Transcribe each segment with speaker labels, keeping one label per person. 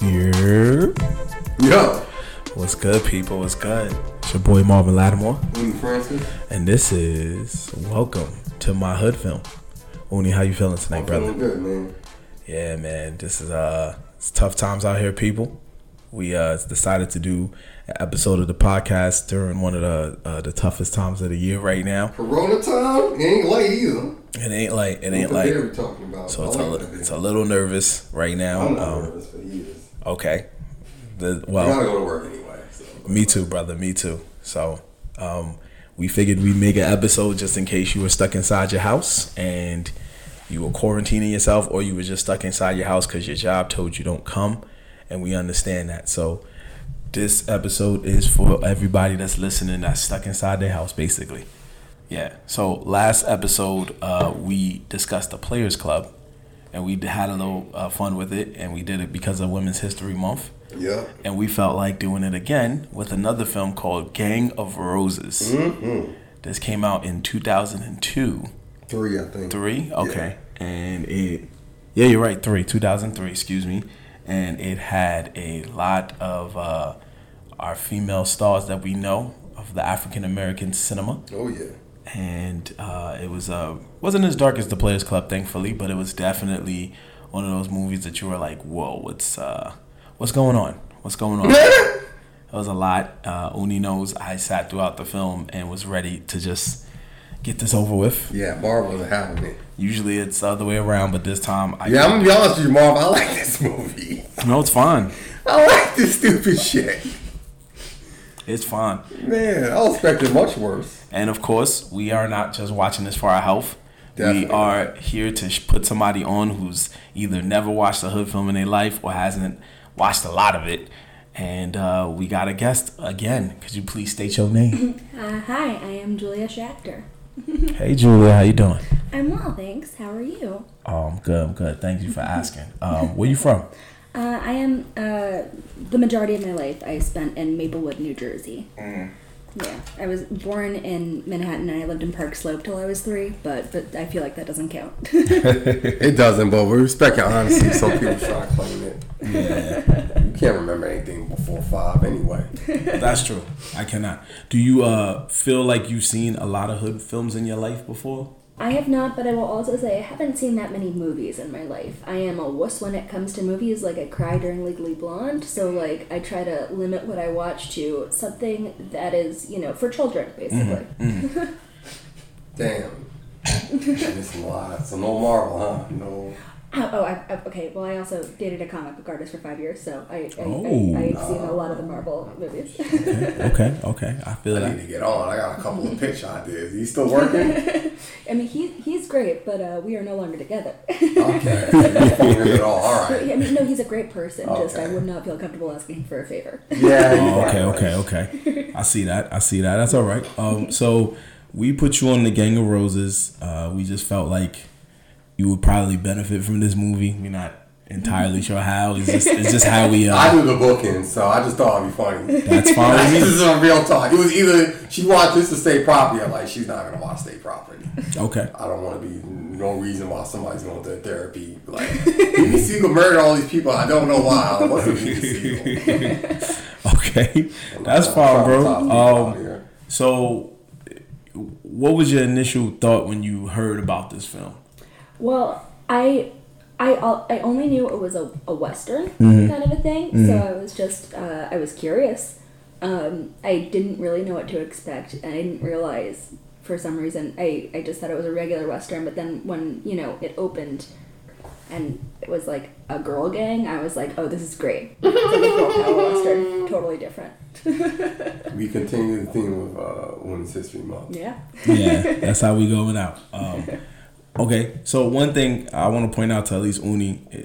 Speaker 1: Yeah.
Speaker 2: Yo,
Speaker 1: What's good, people? What's good? It's your boy Marvin Lattimore,
Speaker 2: Lee Mm, Francis.
Speaker 1: and this is Welcome to My Hood Film. Uni, how you feeling tonight,
Speaker 2: I'm
Speaker 1: brother?
Speaker 2: feeling good, man.
Speaker 1: Yeah, man. This is uh, it's tough times out here, people. We uh decided to do an episode of the podcast during one of the uh, the toughest times of the year right now.
Speaker 2: Corona time? It ain't light either.
Speaker 1: It ain't like it ain't
Speaker 2: what the beer
Speaker 1: like
Speaker 2: we talking about.
Speaker 1: so
Speaker 2: I
Speaker 1: it's a
Speaker 2: like
Speaker 1: li-
Speaker 2: that beer.
Speaker 1: it's a little nervous right now.
Speaker 2: I'm not
Speaker 1: Um,
Speaker 2: nervous for years.
Speaker 1: okay. The,
Speaker 2: I
Speaker 1: well,
Speaker 2: gotta go to work anyway. So.
Speaker 1: Me too, brother. Me too. So, um, we figured we'd make an episode just in case you were stuck inside your house and you were quarantining yourself, or you were just stuck inside your house because your job told you don't come, and we understand that. So, this episode is for everybody that's listening that's stuck inside their house, basically. Yeah. So last episode, uh, we discussed the Players Club, and we had a little uh, fun with it, and we did it because of Women's History Month
Speaker 2: Yeah.
Speaker 1: and we felt like doing it again with another film called Gang of Roses. This came out in 2002.
Speaker 2: Three, I think.
Speaker 1: Three? Okay. And it, yeah, you're right, three, 2003, excuse me. And it had a lot of uh, our female stars that we know of the African American cinema
Speaker 2: Oh yeah.
Speaker 1: and uh, it was uh, wasn't as dark as the Players Club, thankfully, but it was definitely one of those movies that you were like, "Whoa, what's uh, what's going on? What's going on?" it was a lot. Uh, Uni knows I sat throughout the film and was ready to just get this over with.
Speaker 2: Yeah, Marv wasn't having it.
Speaker 1: Usually it's the other way around, but this time I
Speaker 2: Yeah, I'm gonna be honest with you, Marv. I like this movie.
Speaker 1: no, it's fine.
Speaker 2: I like this stupid shit.
Speaker 1: It's fine.
Speaker 2: Man, I was expecting much worse.
Speaker 1: And of course, we are not just watching this for our health.
Speaker 2: Definitely.
Speaker 1: We are here to sh- put somebody on who's either never watched a hood film in their life or hasn't watched a lot of it. And uh, we got a guest again. Could you please state your name?
Speaker 3: Uh, hi, I am Julia Schachter.
Speaker 1: hey, Julia, how you doing?
Speaker 3: I'm well, thanks. How are you?
Speaker 1: Oh, I'm good. I'm good. Thank you for asking. Um, where you from?
Speaker 3: Uh, I am, uh, the majority of my life I spent in Maplewood, New Jersey. Yeah, I was born in Manhattan and I lived in Park Slope till I was three, but, but I feel like that doesn't count.
Speaker 2: It doesn't, but we respect your honesty. Some people try to claim it. Yeah. You can't remember anything before five anyway.
Speaker 1: That's true. I cannot. Do you uh, feel like you've seen a lot of hood films in your life before?
Speaker 3: I have not, but I will also say I haven't seen that many movies in my life. I am a wuss when it comes to movies. Like I cry during Legally Blonde, so like I try to limit what I watch to something that is, you know, for children basically.
Speaker 2: Damn. It's a lot. So no Marvel, huh? No.
Speaker 3: Oh, oh I, I, okay. Well, I also dated a comic book artist for five years, so I, I,
Speaker 1: Oh.
Speaker 3: I, I've seen a lot of the Marvel movies.
Speaker 1: Okay, okay. I feel
Speaker 2: I
Speaker 1: that.
Speaker 2: need to get on. I got a couple of pitch ideas. You still working?
Speaker 3: I mean, he, he's great, but uh, we are no longer together.
Speaker 2: Okay. You're fucking it all. All right.
Speaker 3: I mean, no, he's a great person. Just I
Speaker 2: Okay.
Speaker 3: would not feel comfortable asking him for a favor.
Speaker 2: Yeah. you
Speaker 1: Oh,
Speaker 2: right,
Speaker 1: okay,
Speaker 2: right.
Speaker 1: okay, okay. I see that. I see that. That's all right. Um, so we put you on the Gang of Roses. Uh, we just felt like you would probably benefit from this movie. We're not entirely sure how. It's just, it's just how we.
Speaker 2: I
Speaker 1: Uh,
Speaker 2: knew the booking, so I just thought it'd be funny.
Speaker 1: that's fine
Speaker 2: this
Speaker 1: with
Speaker 2: is a real talk. It was either she watched this to stay property, or like she's not gonna watch stay property.
Speaker 1: me. Okay.
Speaker 2: I don't want to be no reason why somebody's going to therapy. Like Nene Siegel murdered all these people. I don't know why. What's a Nene Siegel?
Speaker 1: Okay. That's
Speaker 2: I'm
Speaker 1: fine,
Speaker 2: traumatized
Speaker 1: bro.
Speaker 2: out
Speaker 1: Um,
Speaker 2: here.
Speaker 1: so, what was your initial thought when you heard about this film?
Speaker 3: Well, I I al- I only knew it was a, a western kind of a thing, so I was just uh, I was curious. Um, I didn't really know what to expect, and I didn't realize for some reason I I just thought it was a regular western. But then when you know it opened. And it was like a girl gang. I was like, "Oh, this is great!" It's like a girl power western, totally different.
Speaker 2: We continue the theme of uh, Women's History Month.
Speaker 3: Yeah.
Speaker 1: yeah, that's how we going out. Um, okay, so one thing I want to point out to at least Uni, eh,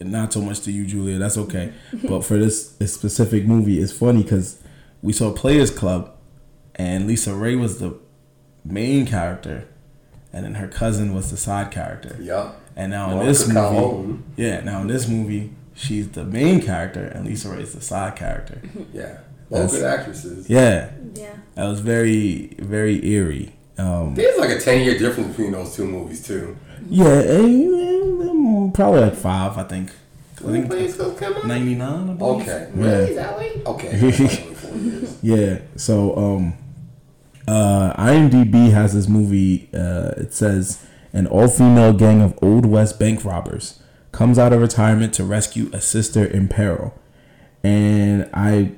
Speaker 1: not so much to you, Julia. That's okay, but for this specific movie, it's funny because we saw Players Club, and Lisa Ray was the main character, and then her cousin was the side character.
Speaker 2: Yup.
Speaker 1: And now in
Speaker 2: Monica
Speaker 1: this movie,
Speaker 2: Calhoun.
Speaker 1: yeah, now in this movie, she's the main character, and Lisa Ray's the side character.
Speaker 2: Yeah. All
Speaker 1: That's-
Speaker 2: good actresses.
Speaker 1: Yeah,
Speaker 3: Yeah.
Speaker 1: that was very, very eerie. Um,
Speaker 2: There's like a 10 year difference between those two movies, too.
Speaker 1: Yeah, eh, eh, probably like mm, five, I think. 'Cause I think
Speaker 2: Please still come on.
Speaker 1: 99. I believe.
Speaker 2: Okay.
Speaker 1: Yeah.
Speaker 2: Really? Is that late? Okay. Four years.
Speaker 1: Yeah. So um uh IMDb has this movie uh it says an all-female gang of old west bank robbers comes out of retirement to rescue a sister in peril. And I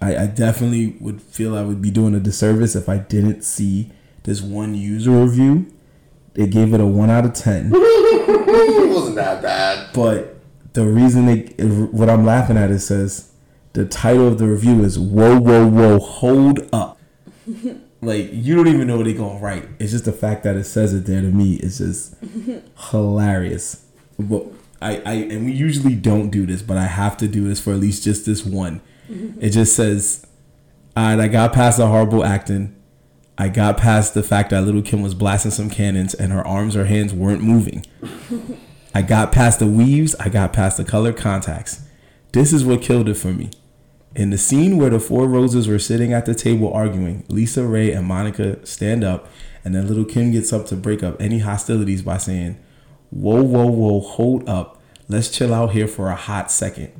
Speaker 1: I, I definitely would feel I would be doing a disservice if I didn't see this one user review. They gave it a 1 out of 10.
Speaker 2: it wasn't that bad.
Speaker 1: But the reason they, what I'm laughing at is says the title of the review is "Whoa, whoa, whoa, hold up." like you don't even know what they're gonna write. It's just the fact that it says it there to me is just hilarious. But I, I, and we usually don't do this, but I have to do this for at least just this one. It just says, "Alright, I got past the horrible acting." I got past the fact that little Kim was blasting some cannons and her arms or hands weren't moving. I got past the weaves. I got past the color contacts. This is what killed it for me. In the scene where the four roses were sitting at the table arguing, Lisa Ray and Monica stand up, and then little Kim gets up to break up any hostilities by saying, Whoa, whoa, whoa, hold up. Let's chill out here for a hot second.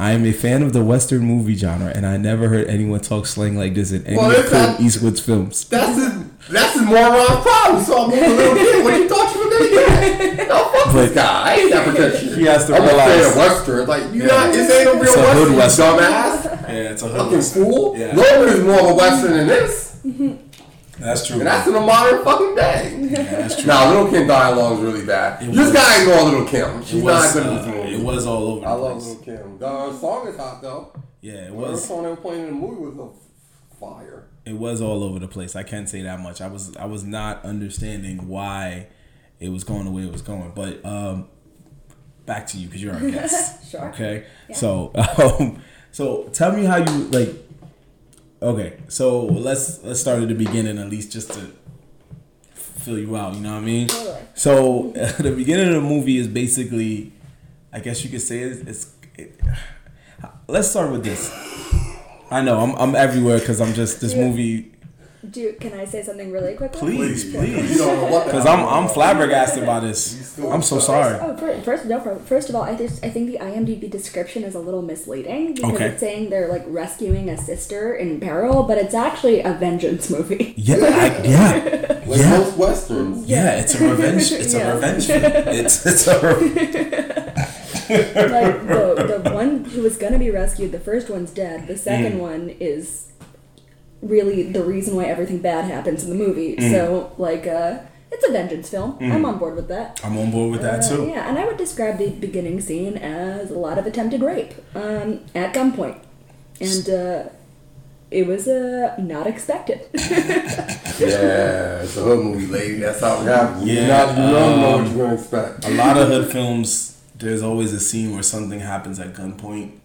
Speaker 1: I am a fan of the Western movie genre, and I never heard anyone talk slang like this in any
Speaker 2: Well,
Speaker 1: of
Speaker 2: it's
Speaker 1: Clint
Speaker 2: not-
Speaker 1: Eastwood's films.
Speaker 2: That's his, that's his moron problem. So I'm a little kid. What you thought you were gonna get? No, fuck this
Speaker 1: But-
Speaker 2: guy. I ain't got protection.
Speaker 1: He has to
Speaker 2: I'm
Speaker 1: realize-
Speaker 2: a fan of Western. Like you not, this ain't a real
Speaker 1: It's a
Speaker 2: Western.
Speaker 1: hood
Speaker 2: you
Speaker 1: Western.
Speaker 2: Dumbass.
Speaker 1: Yeah, it's a
Speaker 2: Fucking fool.
Speaker 1: Yeah.
Speaker 2: Nobody's more of a Western than this,
Speaker 1: That's true.
Speaker 2: and that's in the modern fucking day.
Speaker 1: that's true.
Speaker 2: Nah, Little Kim dialogue's really bad.
Speaker 1: It
Speaker 2: this
Speaker 1: was-
Speaker 2: guy ain't going Little Kim. She's
Speaker 1: It was,
Speaker 2: not good
Speaker 1: uh,
Speaker 2: in this
Speaker 1: it
Speaker 2: movie.
Speaker 1: was all over. The
Speaker 2: I love
Speaker 1: place.
Speaker 2: Little Kim. The song is hot though.
Speaker 1: Yeah, it
Speaker 2: The
Speaker 1: was.
Speaker 2: song they were playing in the movie was a fire.
Speaker 1: It was all over the place. I can't say that much. I was. I was not understanding why it was going the way it was going. But um, back to you because you're our guest.
Speaker 3: Sure.
Speaker 1: Okay. So, um, so tell me how you like. Okay, so let's let's start at the beginning at least just to fill you out. You know what I mean?
Speaker 3: Totally.
Speaker 1: So the beginning of the movie is basically, I guess you could say it's. it's it, let's start with this. I know I'm I'm everywhere because I'm just this movie.
Speaker 3: Do can I say something really quickly?
Speaker 1: Please,
Speaker 2: You
Speaker 1: please,
Speaker 2: don't know what the
Speaker 1: because I'm I'm flabbergasted by this. I'm so sorry.
Speaker 3: Oh, first, first no problem. First of all, I just I think the IMDb description is a little misleading because
Speaker 1: Okay.
Speaker 3: it's saying they're like rescuing a sister in peril, but it's actually a vengeance movie.
Speaker 1: Yeah, I, yeah,
Speaker 2: Like
Speaker 1: Yeah.
Speaker 2: most westerns.
Speaker 1: yeah. It's a revenge. It's
Speaker 3: Yeah.
Speaker 1: a revenge. film. It's it's a. re-
Speaker 3: like the, the one who was gonna be rescued, the first one's dead. The second one is really the reason why everything bad happens in the movie. So like uh, it's a vengeance film. I'm on board with that.
Speaker 1: I'm on board with that
Speaker 3: Uh,
Speaker 1: too.
Speaker 3: yeah, and I would describe the beginning scene as a lot of attempted rape um, at gunpoint, and uh, it was uh, not expected.
Speaker 2: Yeah, it's a hood movie, lady. That's how it happens.
Speaker 1: Yeah,
Speaker 2: you not, you don't know
Speaker 1: um,
Speaker 2: what you're gonna expect.
Speaker 1: A lot of hood films, there's always a scene where something happens at gunpoint,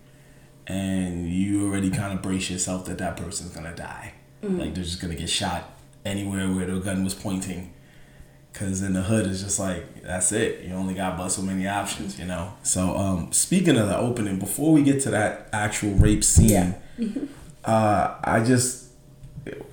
Speaker 1: and you already kind of brace yourself that that person's gonna die. Like they're just gonna get shot anywhere where the gun was pointing. Cause in the hood, it's just like that's it. You only got but so many options, you know. So um, speaking of the opening, before we get to that actual rape scene, uh, I just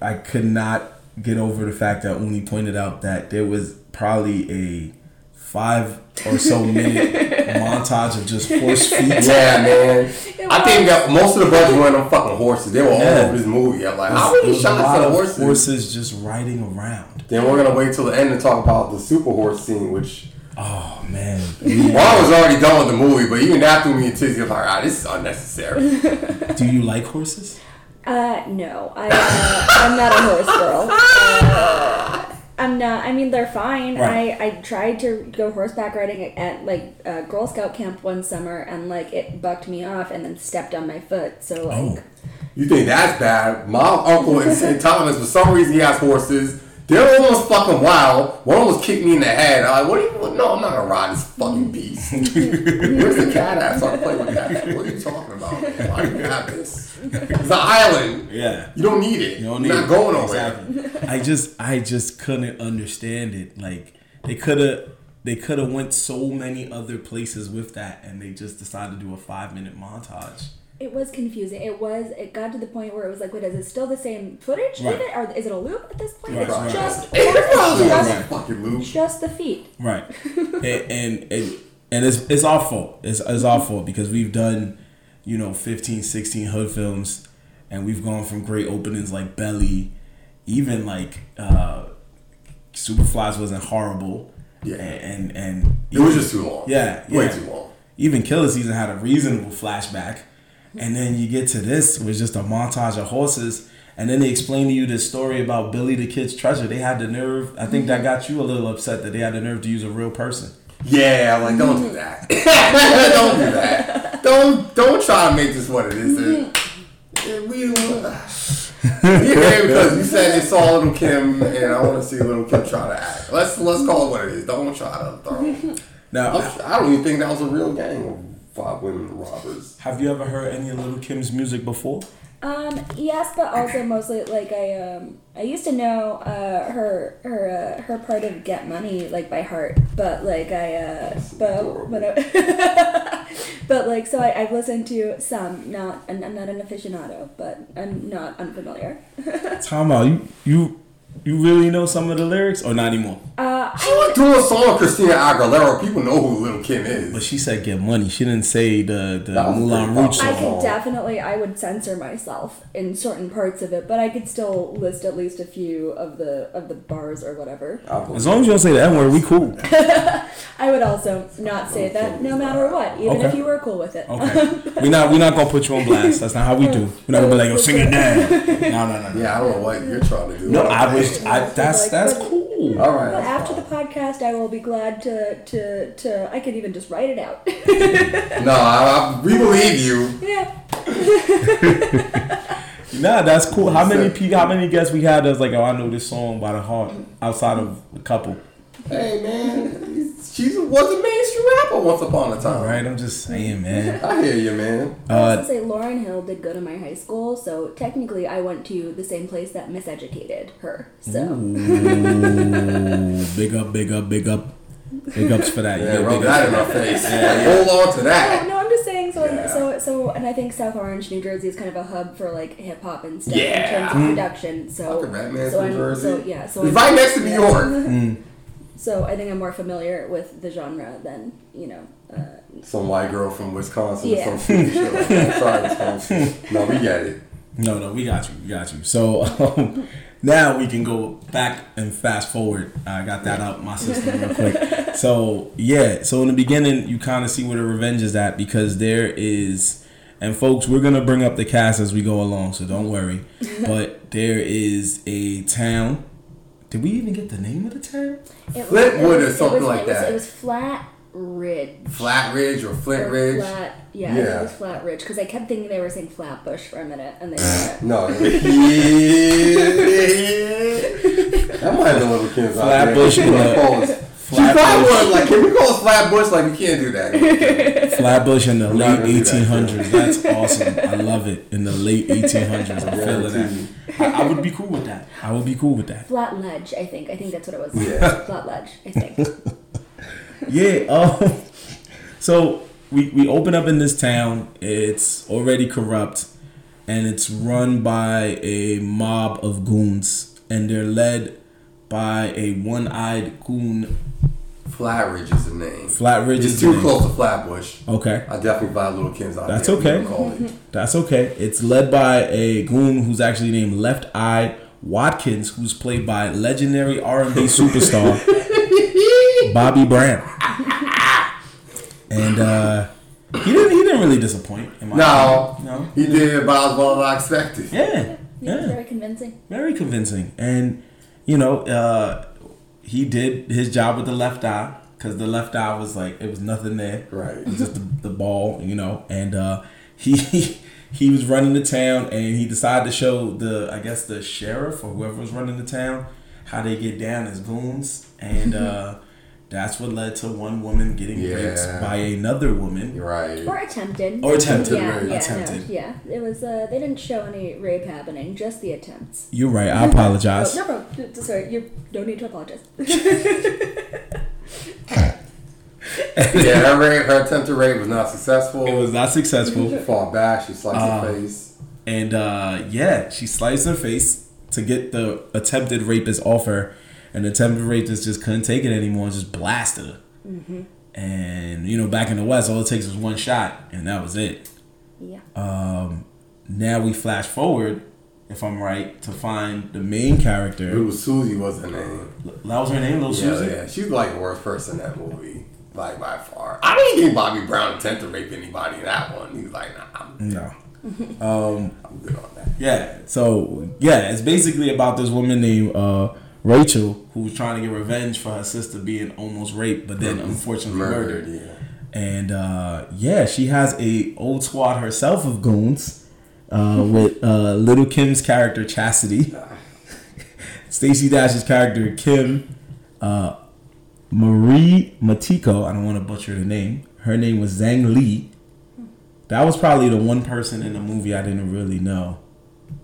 Speaker 1: I could not get over the fact that Uni pointed out that there was probably a five or so minute montage of just horse feet.
Speaker 2: yeah, man. I think that most of the budget went on fucking horses. They were all
Speaker 1: Yeah.
Speaker 2: over this movie. I'm like, how
Speaker 1: It
Speaker 2: many
Speaker 1: was a
Speaker 2: shots
Speaker 1: lot
Speaker 2: of the
Speaker 1: of
Speaker 2: horses?
Speaker 1: horses just riding around.
Speaker 2: Then we're gonna wait till the end to talk about the super horse scene, which
Speaker 1: Oh man,
Speaker 2: well, I was already done with the movie, but even after me and Tizzy, I'm like, ah, this is unnecessary.
Speaker 1: do you like horses?
Speaker 3: Uh, no, I, uh, I'm not a horse girl. Uh, I'm not. I mean, they're fine.
Speaker 1: Right.
Speaker 3: I, I tried to go horseback riding at, at like uh, Girl Scout camp one summer, and like it bucked me off, and then stepped on my foot. So like,
Speaker 2: you think that's bad? My uncle in St. Thomas, for some reason, he has horses. They're almost fucking wild. One almost kicked me in the head. I'm like, what are you? No, I'm not gonna ride this fucking beast. Where's the cat at? So I'm playing with that. What are you talking about? Why do you have this? It's an island.
Speaker 1: Yeah.
Speaker 2: You don't need it.
Speaker 1: You
Speaker 2: You
Speaker 1: don't
Speaker 2: don't
Speaker 1: need
Speaker 2: You're
Speaker 1: it.
Speaker 2: not going nowhere.
Speaker 1: Exactly. I just I just couldn't understand it. Like they could have they could have went so many other places with that, and they just decided to do a five minute montage.
Speaker 3: it was confusing. It was. It got to the point where it was like, wait, is it still the same footage?
Speaker 1: Right.
Speaker 3: Is it? Or is it a loop at this point?
Speaker 1: Right,
Speaker 3: it's
Speaker 1: right,
Speaker 3: just
Speaker 2: It probably was
Speaker 3: just,
Speaker 2: a fucking loop.
Speaker 3: just the feet.
Speaker 1: Right. and and, and and it's it's our fault. It's it's our fault because we've done, you know, 15, 16 hood films, and we've gone from great openings like Belly, even like uh, Superflies wasn't horrible.
Speaker 2: Yeah.
Speaker 1: and and, and
Speaker 2: It was just too long.
Speaker 1: Yeah,
Speaker 2: way
Speaker 1: yeah.
Speaker 2: too long.
Speaker 1: even Killer Season had a reasonable flashback. And then you get to this, which is just a montage of horses. And then they explain to you this story about Billy the Kid's treasure. They had the nerve. I think that got you a little upset that they had the nerve to use a real person.
Speaker 2: Yeah, like don't do that. don't do that. Don't don't try to make this what it is. It- it- We uh, yeah, because you said you saw Little Kim, and I want to see Little Kim try to act. Let's let's call it what it is. Don't try to throw.
Speaker 1: Now,
Speaker 2: I'm- I don't even think that was a real gang of five women robbers.
Speaker 1: have you ever heard any of Little Kim's music before?
Speaker 3: Um, yes, but also mostly like I um I used to know uh her her uh, her part of Get Money like by heart, but like I uh but when I, but like so I, I've listened to some not and I'm not an aficionado, but I'm not unfamiliar.
Speaker 1: Time out. You you you really know some of the lyrics or not anymore?
Speaker 2: She went through a song with Christina Aguilera. People know who Little Kim
Speaker 1: But
Speaker 2: is.
Speaker 1: she said get money. She didn't say the the
Speaker 2: That was
Speaker 1: Moulin
Speaker 2: pretty
Speaker 1: Rouge
Speaker 3: I
Speaker 1: song.
Speaker 3: could definitely I would censor myself in certain parts of it, but I could still list at least a few of the of the bars or whatever.
Speaker 2: I believe
Speaker 1: As long as you don't say the N word, we cool.
Speaker 3: I would also not say that no matter what, even if
Speaker 1: Okay.
Speaker 3: you were cool with it.
Speaker 1: Okay. We're not we're not gonna put you on blast. That's not how we do. We're not gonna be like, yo, sing it down. No, no, no, no.
Speaker 2: Yeah, I don't know what you're trying to do.
Speaker 1: No, I wish I that's that's cool.
Speaker 2: All right.
Speaker 3: But
Speaker 2: that's
Speaker 3: after the podcast, I will be glad to to to. I could even just write it out.
Speaker 2: fine. No, I, I, we believe you.
Speaker 3: yeah.
Speaker 1: Nah, that's cool. How many pe- how many guests we had that's like, oh I know this song by the heart outside of a couple.
Speaker 2: Hey man, she was a mainstream rapper once upon a time.
Speaker 1: Right? I'm just saying, man.
Speaker 2: I hear you, man.
Speaker 3: I
Speaker 1: Uh,
Speaker 3: was gonna say Lauren Hill did go to my high school, so technically I went to the same place that miseducated her. So
Speaker 1: Ooh, Mm, big up, big up, big up. Big ups for that. You
Speaker 2: Yeah,
Speaker 1: get
Speaker 2: rub
Speaker 1: big
Speaker 2: that
Speaker 1: ups.
Speaker 2: in my face. Hold on to
Speaker 3: Oh, no,
Speaker 2: that.
Speaker 3: no, I'm just saying. So
Speaker 2: Yeah.
Speaker 3: so so, and I think South Orange, New Jersey, is kind of a hub for like hip hop and stuff
Speaker 2: Yeah. Mm-hmm.
Speaker 3: in terms of production. So
Speaker 2: Fucking Batman's
Speaker 3: so
Speaker 2: from Jersey.
Speaker 3: so yeah, so
Speaker 2: It's
Speaker 3: I'm-
Speaker 2: right next to New
Speaker 3: yeah.
Speaker 2: York.
Speaker 3: So I think I'm more familiar with the genre than you know. Uh,
Speaker 2: Some white girl from Wisconsin
Speaker 3: Yeah.
Speaker 2: or some shit. Like that. Sorry, Wisconsin. No, we get it.
Speaker 1: No, no, we got you. We got you. So um, now we can go back and fast forward. I got that up my system real quick. So yeah, so in the beginning, you kind of see where the revenge is at because there is, and folks, we're gonna bring up the cast as we go along, so don't worry. But there is a town. Did we even get the name of the town?
Speaker 3: it was-
Speaker 2: Flintwood
Speaker 3: it was-
Speaker 2: or
Speaker 3: it was-
Speaker 2: something
Speaker 3: it
Speaker 2: like
Speaker 3: was-
Speaker 2: that.
Speaker 3: It was Flat Ridge.
Speaker 2: Flat Ridge or Flint
Speaker 3: Or
Speaker 2: Ridge.
Speaker 3: Flat, yeah, I think
Speaker 2: Yeah.
Speaker 3: it was Flat Ridge because I kept thinking they were saying Flatbush for a minute, and they were
Speaker 2: No. Yeah. That might have been little kids out there.
Speaker 1: Flatbush,
Speaker 2: She probably
Speaker 1: yeah.
Speaker 2: called us- She probably
Speaker 1: Flatbush.
Speaker 2: was like, can we call us Flatbush? Like, we can't do that.
Speaker 1: Flatbush in the
Speaker 2: not
Speaker 1: late
Speaker 2: gonna do that.
Speaker 1: 1800s. That's awesome. I love it. In the late 1800s, I'm feeling
Speaker 2: Guaranteed.
Speaker 1: that. I, I would be cool with that. I would be cool with that.
Speaker 3: Flat Ledge. I think. I think that's what it was.
Speaker 2: Yeah.
Speaker 3: Flat Ledge. I think.
Speaker 1: Yeah. Um, so we, we open up in this town. It's already corrupt, and it's run by a mob of goons, and they're led by a one-eyed goon.
Speaker 2: Flat Ridge is the name.
Speaker 1: Flat Ridge
Speaker 2: It's
Speaker 1: is
Speaker 2: too
Speaker 1: the name.
Speaker 2: close to Flatbush.
Speaker 1: Okay,
Speaker 2: I definitely buy little kids out
Speaker 1: That's
Speaker 2: there.
Speaker 1: okay.
Speaker 2: We don't call it.
Speaker 1: that's okay. It's led by a goon who's actually named Left Eye Watkins, who's played by legendary R&B superstar Bobby Brown. And uh, he didn't he didn't really disappoint. In my
Speaker 2: No,
Speaker 1: opinion. no,
Speaker 2: he did about as well as I expected.
Speaker 1: Yeah,
Speaker 3: Yeah, it was
Speaker 1: yeah,
Speaker 3: very convincing.
Speaker 1: very convincing. And you know, uh, he did his job with the left eye because the left eye was like it was nothing there,
Speaker 2: Right.
Speaker 1: It was just the, the ball, you know. And uh, he he was running the town, and he decided to show the I guess the sheriff or whoever was running the town how they get down as goons, and uh, that's what led to one woman getting
Speaker 2: Yeah.
Speaker 1: raped by another woman
Speaker 2: You're right.
Speaker 3: Or attempted.
Speaker 1: or attempted
Speaker 3: yeah,
Speaker 1: rape.
Speaker 3: yeah,
Speaker 1: attempted.
Speaker 3: No, yeah. It was. Uh, they didn't show any rape happening, just the attempts.
Speaker 1: You're right. I apologize.
Speaker 3: Oh, no problem. Sorry, you don't need to apologize.
Speaker 2: Yeah, her, rape, her attempted rape was not successful.
Speaker 1: It was Um, not successful.
Speaker 2: far back. She sliced her face.
Speaker 1: And uh, yeah, she sliced her face to get the attempted rapist off her. And the attempted rapist just couldn't take it anymore and just blasted her. And you know, back in the West, all it takes was one shot, and that was it.
Speaker 3: Yeah.
Speaker 1: Now we flash forward, if I'm right, to find the main character.
Speaker 2: Little Susie was her name.
Speaker 1: That was her name, Little
Speaker 2: Yeah,
Speaker 1: Susie.
Speaker 2: yeah. She's like the worst person in that movie. Like by far. I didn't think Bobby Brown attempted to rape anybody in that one. He's like, nah, I'm,
Speaker 1: No. Um,
Speaker 2: I'm good on that.
Speaker 1: Yeah. So yeah, it's basically about this woman named uh, Rachel who's trying to get revenge for her sister being almost raped, but then unfortunately murdered.
Speaker 2: Murdered, yeah.
Speaker 1: And uh, yeah, she has a old squad herself of goons uh, with uh, Little Kim's character Chastity, Stacy Dash's character Kim, uh, Marie Matiko. I don't want to butcher the name. Her name was Zhang Li. That was probably the one person in the movie I didn't really know.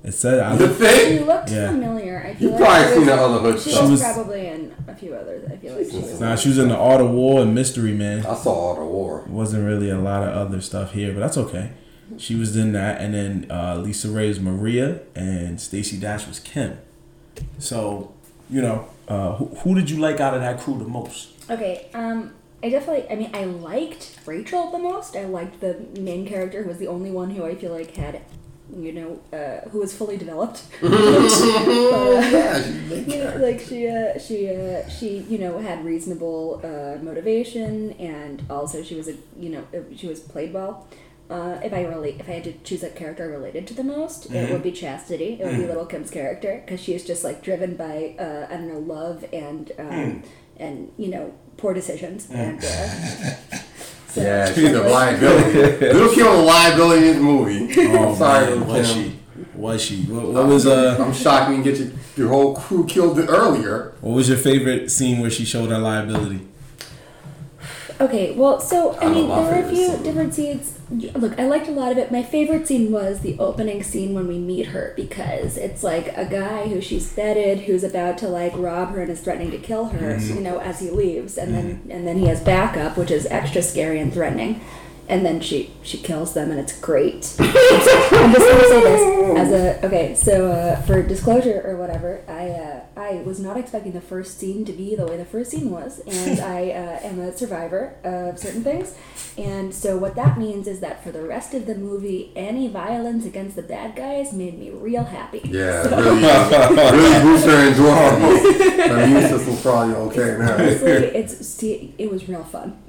Speaker 1: It said I
Speaker 2: The
Speaker 1: looked,
Speaker 3: She
Speaker 2: thing?
Speaker 3: looked
Speaker 1: Yeah.
Speaker 3: familiar. I
Speaker 2: You
Speaker 3: feel like
Speaker 2: probably
Speaker 3: she
Speaker 2: seen
Speaker 3: was,
Speaker 2: that other hood
Speaker 3: she
Speaker 2: stuff.
Speaker 3: was
Speaker 1: was-
Speaker 3: probably in a few others. I feel like she was.
Speaker 1: nah, she was in the Art of War and Mystery Man.
Speaker 2: I saw all the war.
Speaker 1: wasn't really a lot of other stuff here, but that's okay. She was in that, and then uh, Lisa Ray was Maria, and Stacey Dash was Kim. So, you know, uh, who, who did you like out of that crew the most?
Speaker 3: Okay. Um. I definitely. I mean, I liked Rachel the most. I liked the main character who was the only one who I feel like had, you know, uh, who was fully developed.
Speaker 2: Yeah, she big
Speaker 3: Yeah,
Speaker 2: character.
Speaker 3: like she uh, she uh, she you know had reasonable uh, motivation and also she was a you know uh, she was played well uh, if i relate if i had to choose a character I related to the most it would be chastity it would be little kim's character because she is just like driven by uh, i don't know love and um, and you know poor decisions and uh, so
Speaker 2: Yeah, she's Oh, a liability. Little Kim was a liability in this movie. I'm sorry,
Speaker 1: Oh, man,
Speaker 2: Little
Speaker 1: was
Speaker 2: Kim.
Speaker 1: she? Was she? What, what was uh?
Speaker 2: I'm shocked we didn't get your, your whole crew killed earlier.
Speaker 1: What was your favorite scene where she showed her liability?
Speaker 3: Okay, well, so I,
Speaker 2: I
Speaker 3: mean,
Speaker 2: love
Speaker 3: there were a
Speaker 2: favorite
Speaker 3: few
Speaker 2: scene.
Speaker 3: different scenes. Look, I liked a lot of it. My favorite scene was the opening scene when we meet her because it's like a guy who she's feted who's about to like rob her and is threatening to kill her,
Speaker 2: Mm-hmm.
Speaker 3: you know, as he leaves, and then and then he has backup, which is extra scary and threatening. And then she she kills them, and it's great. I'm just gonna say this as a okay. So uh, for disclosure or whatever, I uh, I was not expecting the first scene to be the way the first scene was, and I uh, am a survivor of certain things, and so what that means is that for the rest of the movie, any violence against the bad guys made me real happy.
Speaker 2: Yeah, really, really boost her endorphins. Her immune system's probably okay now.
Speaker 3: Honestly, it's see, it was real fun.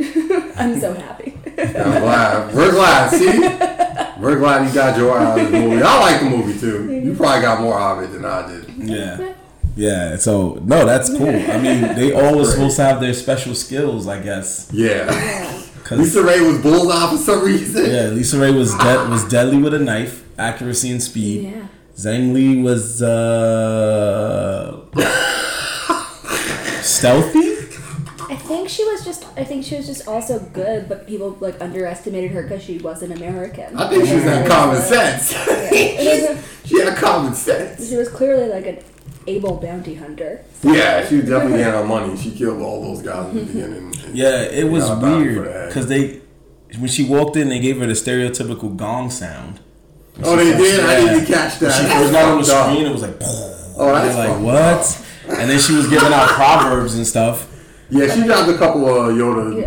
Speaker 3: I'm so happy.
Speaker 2: I'm glad. We're glad. See, we're glad you got your eye on this movie. I like the movie too. You probably got more out of it than I did.
Speaker 1: Yeah. Yeah, so no, that's cool. I mean, they all were supposed to have their special skills, I guess.
Speaker 2: Yeah,
Speaker 1: Cause
Speaker 2: Lisa Ray was bullseye for some reason.
Speaker 1: yeah, Lisa Ray was de- was deadly with a knife, accuracy and speed.
Speaker 3: Yeah.
Speaker 1: Zhang Li was uh, stealthy.
Speaker 3: I think she was just. I think she was just also good, but people like underestimated her because she wasn't American.
Speaker 2: I think she was had common sense.
Speaker 3: Yeah.
Speaker 2: she had common sense.
Speaker 3: She was clearly like an able bounty hunter.
Speaker 2: Yeah, she definitely had her money. She killed all those guys in the beginning.
Speaker 1: Yeah, it was
Speaker 2: Not bad for
Speaker 1: weird
Speaker 2: that.
Speaker 1: because they when she walked in, they gave her the stereotypical gong sound.
Speaker 2: Oh, they did. I didn't even
Speaker 1: Yeah.
Speaker 2: catch that.
Speaker 1: She
Speaker 2: That's
Speaker 1: first got on the
Speaker 2: fucked up.
Speaker 1: screen, it was like,
Speaker 2: Oh,
Speaker 1: they're
Speaker 2: that's
Speaker 1: like
Speaker 2: fucked
Speaker 1: what? And then she was giving out proverbs and stuff.
Speaker 2: Yeah, she dropped a couple of Yoda.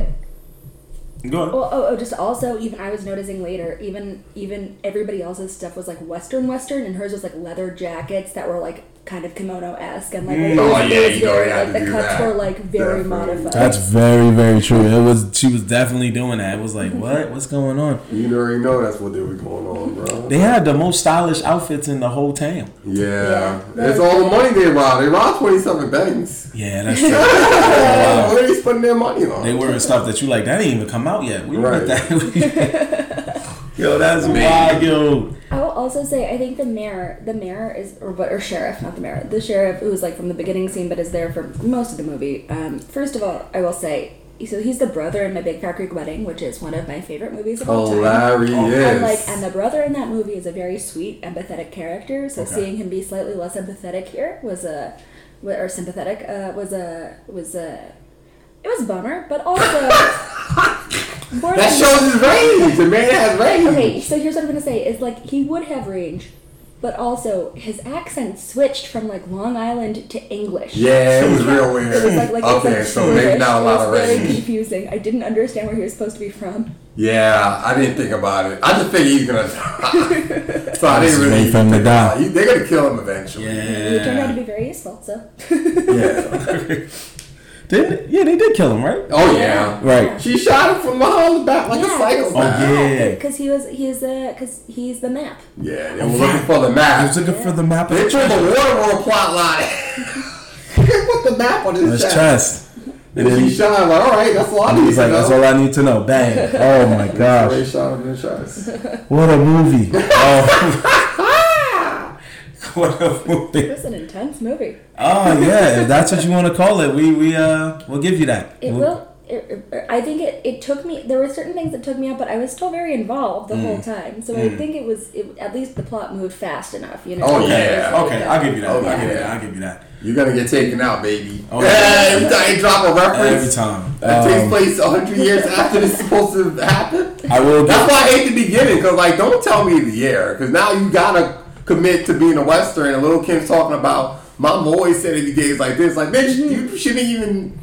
Speaker 3: Yeah.
Speaker 1: Go on.
Speaker 3: Well, oh, oh, just also even I was noticing later, even even everybody else's stuff was like Western Western, and hers was like leather jackets that were like kind of kimono esque, and like it
Speaker 2: Oh,
Speaker 3: was- it
Speaker 2: yeah,
Speaker 3: was
Speaker 2: you know,
Speaker 3: very,
Speaker 2: you had
Speaker 3: like,
Speaker 2: to
Speaker 3: the
Speaker 2: do
Speaker 3: cuts
Speaker 2: that.
Speaker 3: were like very
Speaker 2: Definitely.
Speaker 3: modified.
Speaker 1: That's very very true. It was she was definitely doing that. It was like what? What's going on?
Speaker 2: You already know that's what they were going on, bro.
Speaker 1: They had the most stylish outfits in the whole town.
Speaker 2: yeah.
Speaker 3: Yeah.
Speaker 2: It's all the money they robbed. They robbed 27 banks.
Speaker 1: Yeah, that's true.
Speaker 2: What are they spending their money on?
Speaker 1: They wearing stuff that you like that ain't even come out yet. We right.
Speaker 2: Right.
Speaker 1: that. yo, that's wild, yo.
Speaker 3: I will also say I think the mayor, the mayor is or what or sheriff, not the mayor, the sheriff who is like from the beginning scene but is there for most of the movie. Um, first of all, I will say so he's the brother in My Big Fat Greek Wedding, which is one of my favorite movies of all
Speaker 2: Oh,
Speaker 3: time.
Speaker 2: Hilarious.
Speaker 3: And like, and the brother in that movie is a very sweet, empathetic character. So seeing him be slightly less empathetic here was a, wa- or sympathetic uh, was a was a, it was a bummer. But also, more
Speaker 2: that
Speaker 3: than-
Speaker 2: shows his range. The man has range.
Speaker 3: Okay, so here's what I'm gonna say is like he would have range But also, his accent switched from like Long Island to English.
Speaker 2: Yeah, it was real weird.
Speaker 3: It was like, like it was,
Speaker 2: okay,
Speaker 3: like,
Speaker 2: so maybe not a lot of
Speaker 3: It was
Speaker 2: rain.
Speaker 3: very confusing. I didn't understand where he was supposed to be from.
Speaker 2: Yeah, I didn't think about it. I just figured he's gonna die. so I didn't really
Speaker 1: Wait for him to
Speaker 2: think about
Speaker 1: die.
Speaker 2: it. They're gonna kill him eventually.
Speaker 3: He turned out
Speaker 1: Yeah.
Speaker 3: to be very useful, so.
Speaker 2: Yeah.
Speaker 1: Didn't, yeah, they did kill him, right?
Speaker 2: Oh yeah.
Speaker 1: Right.
Speaker 2: She shot him from behind the back like a psychopath.
Speaker 1: Oh, yeah.
Speaker 3: Because he was, he's the, because he's the map.
Speaker 2: Yeah,
Speaker 1: Oh,
Speaker 2: they were looking for the map.
Speaker 1: I was looking for the map of
Speaker 2: They
Speaker 1: the
Speaker 2: pulled
Speaker 1: treasure.
Speaker 2: the Waterworld plot line. they put the map on
Speaker 1: His
Speaker 2: his chest.
Speaker 1: chest. And
Speaker 2: And
Speaker 1: then
Speaker 2: he
Speaker 1: he
Speaker 2: shot. Like, all right, that's all I need.
Speaker 1: was
Speaker 2: to
Speaker 1: like,
Speaker 2: know.
Speaker 1: that's all I need to know. Bang. Oh my
Speaker 2: They
Speaker 1: gosh.
Speaker 2: shot him in the chest.
Speaker 1: What a movie. Oh. what a movie.
Speaker 3: It was an intense movie.
Speaker 1: Oh yeah, if that's what you want to call it. We we uh we'll give you that.
Speaker 3: It
Speaker 1: We'll-
Speaker 3: will. It, it- I think it, it took me. There were certain things that took me out, but I was still very involved the
Speaker 1: Mm.
Speaker 3: whole time. So I think it was. It, at least the plot moved fast enough. You know.
Speaker 2: Oh,
Speaker 3: It was
Speaker 2: yeah.
Speaker 3: like
Speaker 1: Okay,
Speaker 3: that.
Speaker 1: I'll give you that.
Speaker 2: Oh,
Speaker 1: I'll give you
Speaker 2: yeah.
Speaker 1: that. I'll give you that.
Speaker 2: You're gonna get taken out, baby.
Speaker 1: Oh,
Speaker 2: yeah,
Speaker 1: yeah.
Speaker 2: every time you drop a reference.
Speaker 1: Every time.
Speaker 2: That takes
Speaker 1: Um,
Speaker 2: place 100 years after it's supposed to happen.
Speaker 1: I will give-
Speaker 2: That's why I hate the beginning, because, like, don't tell me the year, because now you gotta commit to being a Western. And Little Kim's talking about, Mom always said it'd be days like this. Like, bitch, you shouldn't even.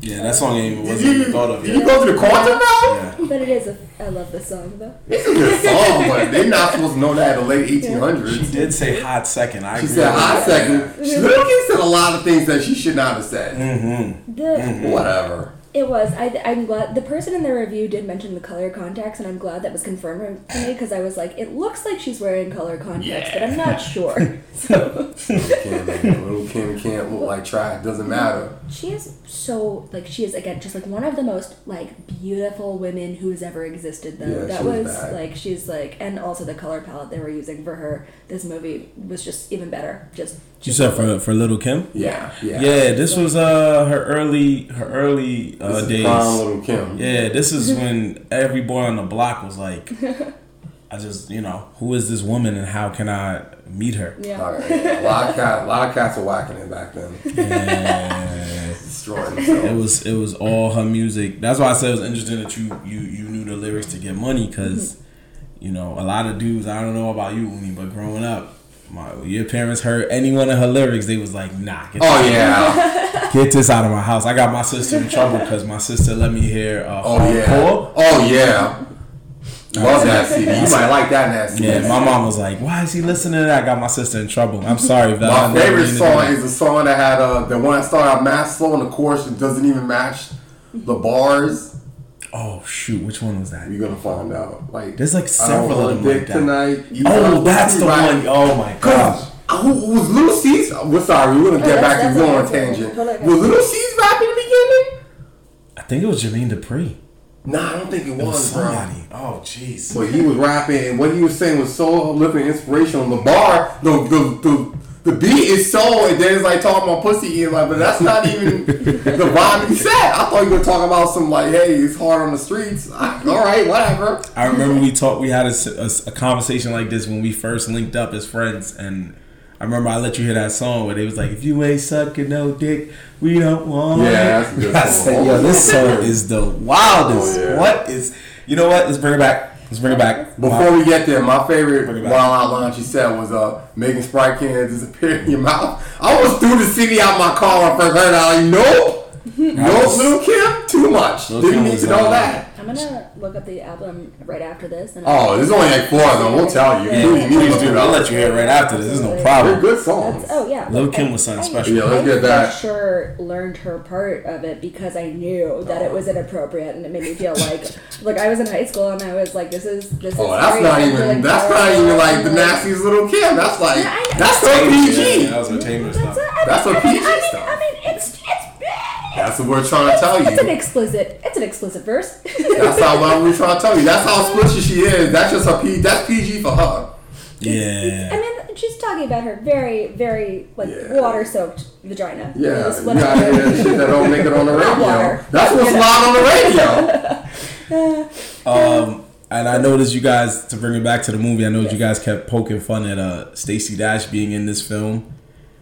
Speaker 1: Yeah, that song ain't
Speaker 2: Did
Speaker 1: wasn't
Speaker 2: you,
Speaker 1: even thought of
Speaker 2: did you
Speaker 1: yet.
Speaker 2: go to the quantum now?
Speaker 1: Yeah.
Speaker 3: But it is. A, I love this song though.
Speaker 2: It's a good song, but they're not supposed to know that in the late 1800s.
Speaker 1: She did say hot second. I
Speaker 2: She
Speaker 1: agree
Speaker 2: said,
Speaker 1: with
Speaker 2: I
Speaker 1: that.
Speaker 2: second. She Little Kim said a lot of things that she should not have said.
Speaker 3: The
Speaker 1: Mm.
Speaker 2: Mm-hmm. Whatever.
Speaker 3: it was. I I'm glad the person in the review did mention the color contacts, and I'm glad that was confirmed to me because I was like, it looks like she's wearing color contacts, but I'm not sure. So
Speaker 2: Kim, little Kim can't look like try. It doesn't matter.
Speaker 3: she is so like she is again just like one of the most like beautiful women who has ever existed though.
Speaker 2: Yeah,
Speaker 3: that
Speaker 2: she
Speaker 3: was,
Speaker 2: was bad.
Speaker 3: like she's like, and also the color palette they were using for her this movie was just even better. Just
Speaker 1: You said for for Little Kim.
Speaker 2: Yeah, yeah.
Speaker 1: Yeah, this was uh her early her early uh,
Speaker 2: This is
Speaker 1: days.
Speaker 2: prime little Kim.
Speaker 1: Yeah, this is when every boy on the block was like, I just you know who is this woman and how can I meet her?
Speaker 3: yeah.
Speaker 2: Okay, A lot of cats, a lot of cats were whacking it back then. Destroying
Speaker 1: It
Speaker 2: themselves.
Speaker 1: was it was all her music. That's why I said it was interesting that you you you knew the lyrics to get money because you know a lot of dudes. I don't know about you, Uni, but growing up. My, your parents heard any one of her lyrics, they was like, "Nah, get,
Speaker 2: Oh yeah.
Speaker 1: get this out of my house." I got my sister in trouble because my sister let me hear uh,
Speaker 2: Oh yeah.
Speaker 1: Hardcore.
Speaker 2: Oh yeah. Love that CD. You might like that nasty.
Speaker 1: Yeah, my mom was like, "Why is he listening to that?" I got my sister in trouble. I'm sorry. Val, I
Speaker 2: My
Speaker 1: never
Speaker 2: favorite
Speaker 1: mean to do
Speaker 2: song
Speaker 1: that.
Speaker 2: is the song that had uh the one that started out mass slow and the chorus that doesn't even match the bars.
Speaker 1: Oh shoot, which one was that?
Speaker 2: You're gonna find out. Like
Speaker 1: There's, like,
Speaker 2: I don't
Speaker 1: several of
Speaker 2: want
Speaker 1: them like
Speaker 2: dick
Speaker 1: that.
Speaker 2: tonight. You
Speaker 1: Oh,
Speaker 2: got
Speaker 1: that's
Speaker 2: pussy
Speaker 1: the
Speaker 2: right
Speaker 1: one. Oh my gosh.
Speaker 2: Cause who was Little C's? We're sorry, we're gonna get
Speaker 3: that's-
Speaker 2: back to
Speaker 3: that's
Speaker 2: you on a
Speaker 3: okay.
Speaker 2: tangent.
Speaker 3: Go ahead.
Speaker 2: Was Little C's back in the beginning?
Speaker 1: I think it was Jermaine Dupri.
Speaker 2: Nah, I don't think it was,
Speaker 1: It was
Speaker 2: bro.
Speaker 1: somebody. Oh jeez.
Speaker 2: But he was rapping, and what he was saying was so uplifting, and inspirational. The bar, the the the, the beat is so, and then it's like talking about pussy, and like, but that's not even the vibe he said. I thought you were talking about some like, hey, it's hard on the streets. I, all right, whatever.
Speaker 1: I remember we talked. We had a, s- a s- a conversation like this when we first linked up as friends, and I remember I let you hear that song where they was like, "If you ain't sucking no dick, we don't want."
Speaker 2: Yeah,
Speaker 1: it."
Speaker 2: that's a good
Speaker 1: I
Speaker 2: song.
Speaker 1: said, "Yo, this song is the wildest.
Speaker 2: Oh, yeah.
Speaker 1: What is? You know what? Let's bring it back. Let's bring it back."
Speaker 2: Before we get there, my favorite
Speaker 1: it
Speaker 2: wild
Speaker 1: back.
Speaker 2: out line she said was uh, making Sprite cans disappear in your mouth. I almost threw the CD out my car when I first heard it. I was like, nope. No,
Speaker 1: was-
Speaker 2: Lil Kim, too much.
Speaker 1: Lil'
Speaker 2: Didn't
Speaker 1: Kim
Speaker 2: need
Speaker 1: was,
Speaker 2: to know
Speaker 1: uh,
Speaker 2: that.
Speaker 3: I'm gonna look up the album right after this. And
Speaker 2: Oh, there's only like four of them. We'll tell you.
Speaker 3: Yeah,
Speaker 2: You
Speaker 1: Please
Speaker 2: need to look
Speaker 1: do.
Speaker 2: it
Speaker 1: I'll
Speaker 2: up.
Speaker 1: let you hear it right after this. There's no
Speaker 2: They're
Speaker 1: problem.
Speaker 2: good songs.
Speaker 3: That's, oh yeah.
Speaker 1: Lil'
Speaker 3: Look,
Speaker 1: Kim
Speaker 3: I-
Speaker 1: was something
Speaker 3: I-
Speaker 1: special.
Speaker 2: Yeah, let's
Speaker 3: I
Speaker 2: get that.
Speaker 3: For sure, learned her part of it because I knew that it
Speaker 2: Oh.
Speaker 3: was inappropriate, and it made me feel like, like I was in high school and I was like, this is this is.
Speaker 2: Oh, that's
Speaker 3: great.
Speaker 2: not
Speaker 3: I'm oh,
Speaker 2: even.
Speaker 3: feeling
Speaker 2: That's not
Speaker 3: powerful.
Speaker 2: even like the
Speaker 3: I'm
Speaker 2: nastiest Lil Kim. That's like
Speaker 3: Yeah, I know.
Speaker 2: that's so
Speaker 1: Yeah, that
Speaker 2: PG.
Speaker 1: was her tamer
Speaker 3: That's
Speaker 1: stuff.
Speaker 3: a, I mean,
Speaker 2: That's a
Speaker 3: I mean,
Speaker 2: PG
Speaker 3: I mean,
Speaker 2: stuff.
Speaker 3: I mean, it's it's bad.
Speaker 2: That's what we're trying to tell
Speaker 3: It's an
Speaker 2: you.
Speaker 3: explicit. It's an explicit verse.
Speaker 2: That's how what we're trying to tell you. That's how explicit she is. That's just her P. That's PG for her.
Speaker 1: Yeah.
Speaker 3: I mean, she's talking about her very, very like
Speaker 2: Yeah.
Speaker 3: water-soaked vagina.
Speaker 2: Yeah,
Speaker 3: It's
Speaker 2: you
Speaker 3: what-
Speaker 2: gotta hear that shit that don't make it on the radio.
Speaker 3: water.
Speaker 2: That's what's loud on the radio.
Speaker 1: Um, and I noticed you guys to bring it back to the movie. I know you guys kept poking fun at uh Stacey Dash being in this film.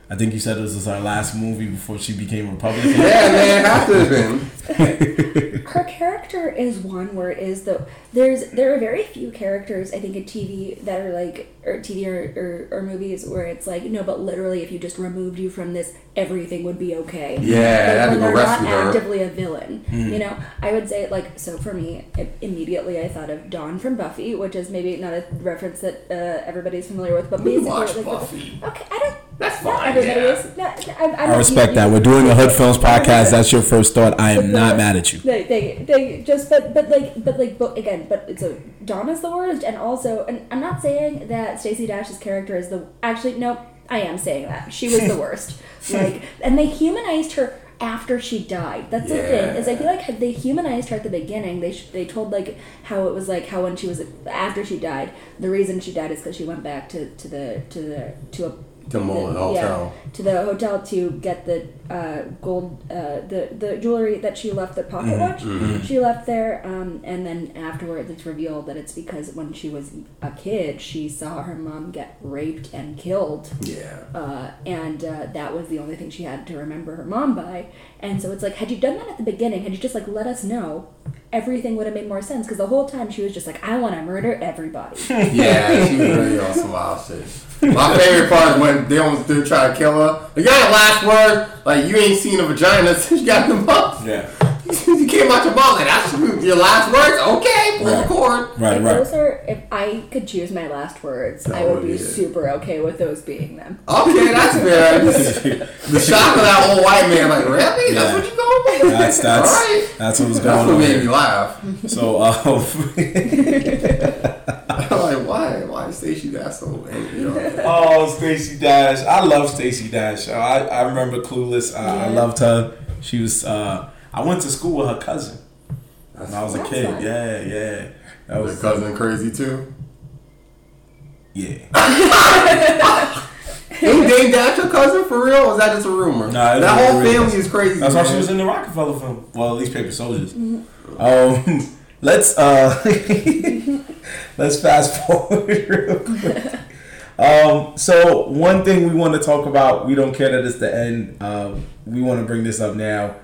Speaker 1: I think you said this was her last movie before she became Republican.
Speaker 2: Yeah, man, it has to have been.
Speaker 3: her character is one where it is though there's there are very few characters I think in TV that are like or TV or, or, or movies where it's like no but literally if you just removed you from this everything would be okay
Speaker 2: Yeah, that'd
Speaker 3: Like, when
Speaker 2: go
Speaker 3: they're not
Speaker 2: rescue her.
Speaker 3: actively a villain you know I would say like so for me i immediately I thought of Dawn from Buffy which is maybe not a reference that uh, everybody's familiar with but
Speaker 2: We
Speaker 3: basically
Speaker 2: watch
Speaker 3: like,
Speaker 2: Buffy.
Speaker 3: okay I don't
Speaker 2: That's
Speaker 3: not
Speaker 2: fine,
Speaker 3: everybody
Speaker 2: yeah.
Speaker 3: is no, I, I,
Speaker 4: I respect that. We're doing a Hood Films podcast. That's your first thought. I am not mad at you.
Speaker 3: They, they, they just, but, but like, but like, but again, but it's a Dom is the worst, and also, and I'm not saying that Stacey Dash's character is the. Actually, no, I am saying that she was the worst. Like, and they humanized her after she died. That's the thing is, I feel like had they humanized her at the beginning, they sh- they told like how it was like how when she was after she died, the reason she died is because she went back to to the to the to a
Speaker 2: The mall, the hotel.
Speaker 3: to the hotel to get the uh, gold, uh, the the jewelry that she left the pocket
Speaker 2: Mm-hmm,
Speaker 3: watch. She left there, um, and then afterwards, it's revealed that it's because when she was a kid, she saw her mom get raped and killed,
Speaker 2: Yeah.
Speaker 3: uh, and uh, that was the only thing she had to remember her mom by. And so it's like, had you done that at the beginning, had you just like let us know, everything would have made more sense. Because the whole time she was just like, I want to murder everybody.
Speaker 2: Yeah, she was really on some wild shit. My favorite part is when they almost did try to kill her. You got a last word? Like, you ain't seen a vagina since you got the mom.
Speaker 1: Yeah.
Speaker 2: you came out your mom, like, that's your last words? Okay, pull the cord.
Speaker 1: Right,
Speaker 3: If
Speaker 1: right. Oh,
Speaker 3: Those are, if I could choose my last words, I would be
Speaker 2: yeah.
Speaker 3: super okay with those being them.
Speaker 2: Okay, that's fair. the shock of that old white man, like, really? That's
Speaker 1: Yeah.
Speaker 2: what you going with?
Speaker 1: That's that's
Speaker 2: All right.
Speaker 1: that's what was
Speaker 2: That's
Speaker 1: going
Speaker 2: what
Speaker 1: on.
Speaker 2: made
Speaker 1: here.
Speaker 2: me laugh.
Speaker 1: So uh,
Speaker 2: I'm like, why? Why is Stacey that so angry? You know?
Speaker 1: Oh, Stacey Dash. I love Stacey Dash. I, I remember Clueless. I, I
Speaker 3: Yeah.
Speaker 1: loved her. She was, uh, I went to school with her cousin when I was a
Speaker 3: That's
Speaker 1: kid.
Speaker 3: fun.
Speaker 1: Yeah, yeah. That
Speaker 2: Your
Speaker 1: was,
Speaker 2: cousin crazy too.
Speaker 1: yeah.
Speaker 2: Ain't Dame Dash your cousin for real? Or is that just a rumor?
Speaker 1: Nah, it's
Speaker 2: that
Speaker 1: not
Speaker 2: whole
Speaker 1: real.
Speaker 2: family is crazy.
Speaker 1: That's why
Speaker 2: man.
Speaker 1: she was in the Rockefeller film. Well, at least Paper Soldiers.
Speaker 3: Mm-hmm.
Speaker 1: Um, let's uh, let's fast forward real quick. Um, so one thing we want to talk about, we don't care that it's the end. Uh, we want to bring this up now.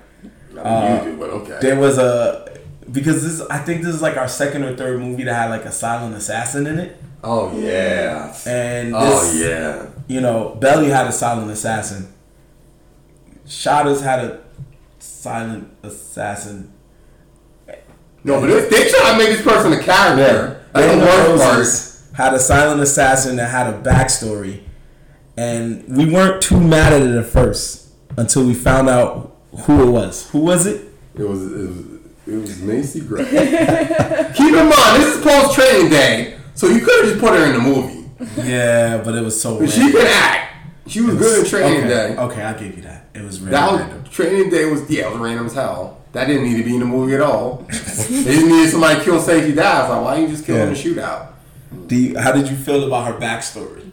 Speaker 1: Uh,
Speaker 2: you do, but okay.
Speaker 1: There was a because this I think this is like our second or third movie that had like a silent assassin in it.
Speaker 2: oh yeah.
Speaker 1: And
Speaker 2: Oh
Speaker 1: this,
Speaker 2: yeah.
Speaker 1: you know, Belly had a silent assassin. Shadows had a silent assassin.
Speaker 2: No, but this, they trying to make this person a character. That's
Speaker 1: Band
Speaker 2: the
Speaker 1: of
Speaker 2: worst part.
Speaker 1: Roses had a silent assassin that had a backstory, and we weren't too mad at it at first until we found out who it was. Who was it?
Speaker 2: It was it was it was Macy Gray. Keep in mind, this is post training day, so you could have just put her in the movie.
Speaker 1: Yeah, but it was so.
Speaker 2: But she
Speaker 1: random.
Speaker 2: could act. She was good in training
Speaker 1: okay,
Speaker 2: day.
Speaker 1: Okay, I'll give you that. It was
Speaker 2: That
Speaker 1: random.
Speaker 2: was,
Speaker 1: random.
Speaker 2: Training Day was yeah, it was random as hell. That didn't need to be in the movie at all. they just needed somebody to kill Safety Dives. Like, why you just kill him in a shootout?
Speaker 1: Do you, how did you feel about her backstory?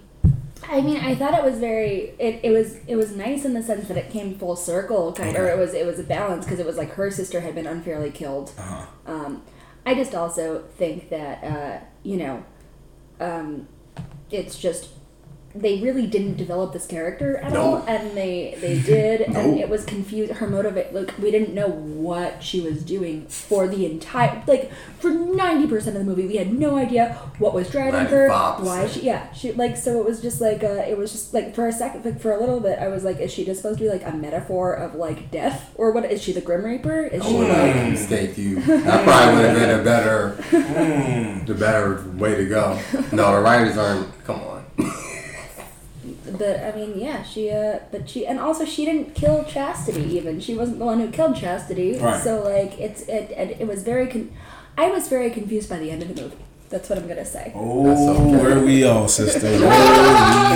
Speaker 3: I mean, I thought it was very. It, it was it was nice in the sense that it came full circle, kind or it was it was a balance because it was like her sister had been unfairly killed.
Speaker 2: Uh-huh.
Speaker 3: Um, I just also think that uh, you know, um, it's just they really didn't develop this character at
Speaker 2: No.
Speaker 3: all, and they they did, and
Speaker 2: No.
Speaker 3: it was confused. Her motive, like we didn't know what she was doing for the entire like for ninety percent of the movie, we had no idea what was driving her,
Speaker 2: 95%.
Speaker 3: why she yeah she like so it was just like uh it was just like for a second like for a little bit i was like is she just supposed to be like a metaphor of like death or what is she the grim reaper is she like
Speaker 2: Mm. Mistake you. That probably would have been a better, the better way to go. No, the writers aren't. Come on.
Speaker 3: but i mean yeah she uh but she and also she didn't kill chastity even she wasn't the one who killed chastity
Speaker 1: Right.
Speaker 3: so like it's it it, it was very con- i was very confused by the end of the movie that's what i'm gonna say
Speaker 1: Oh,
Speaker 2: okay.
Speaker 1: where we all, sister? Where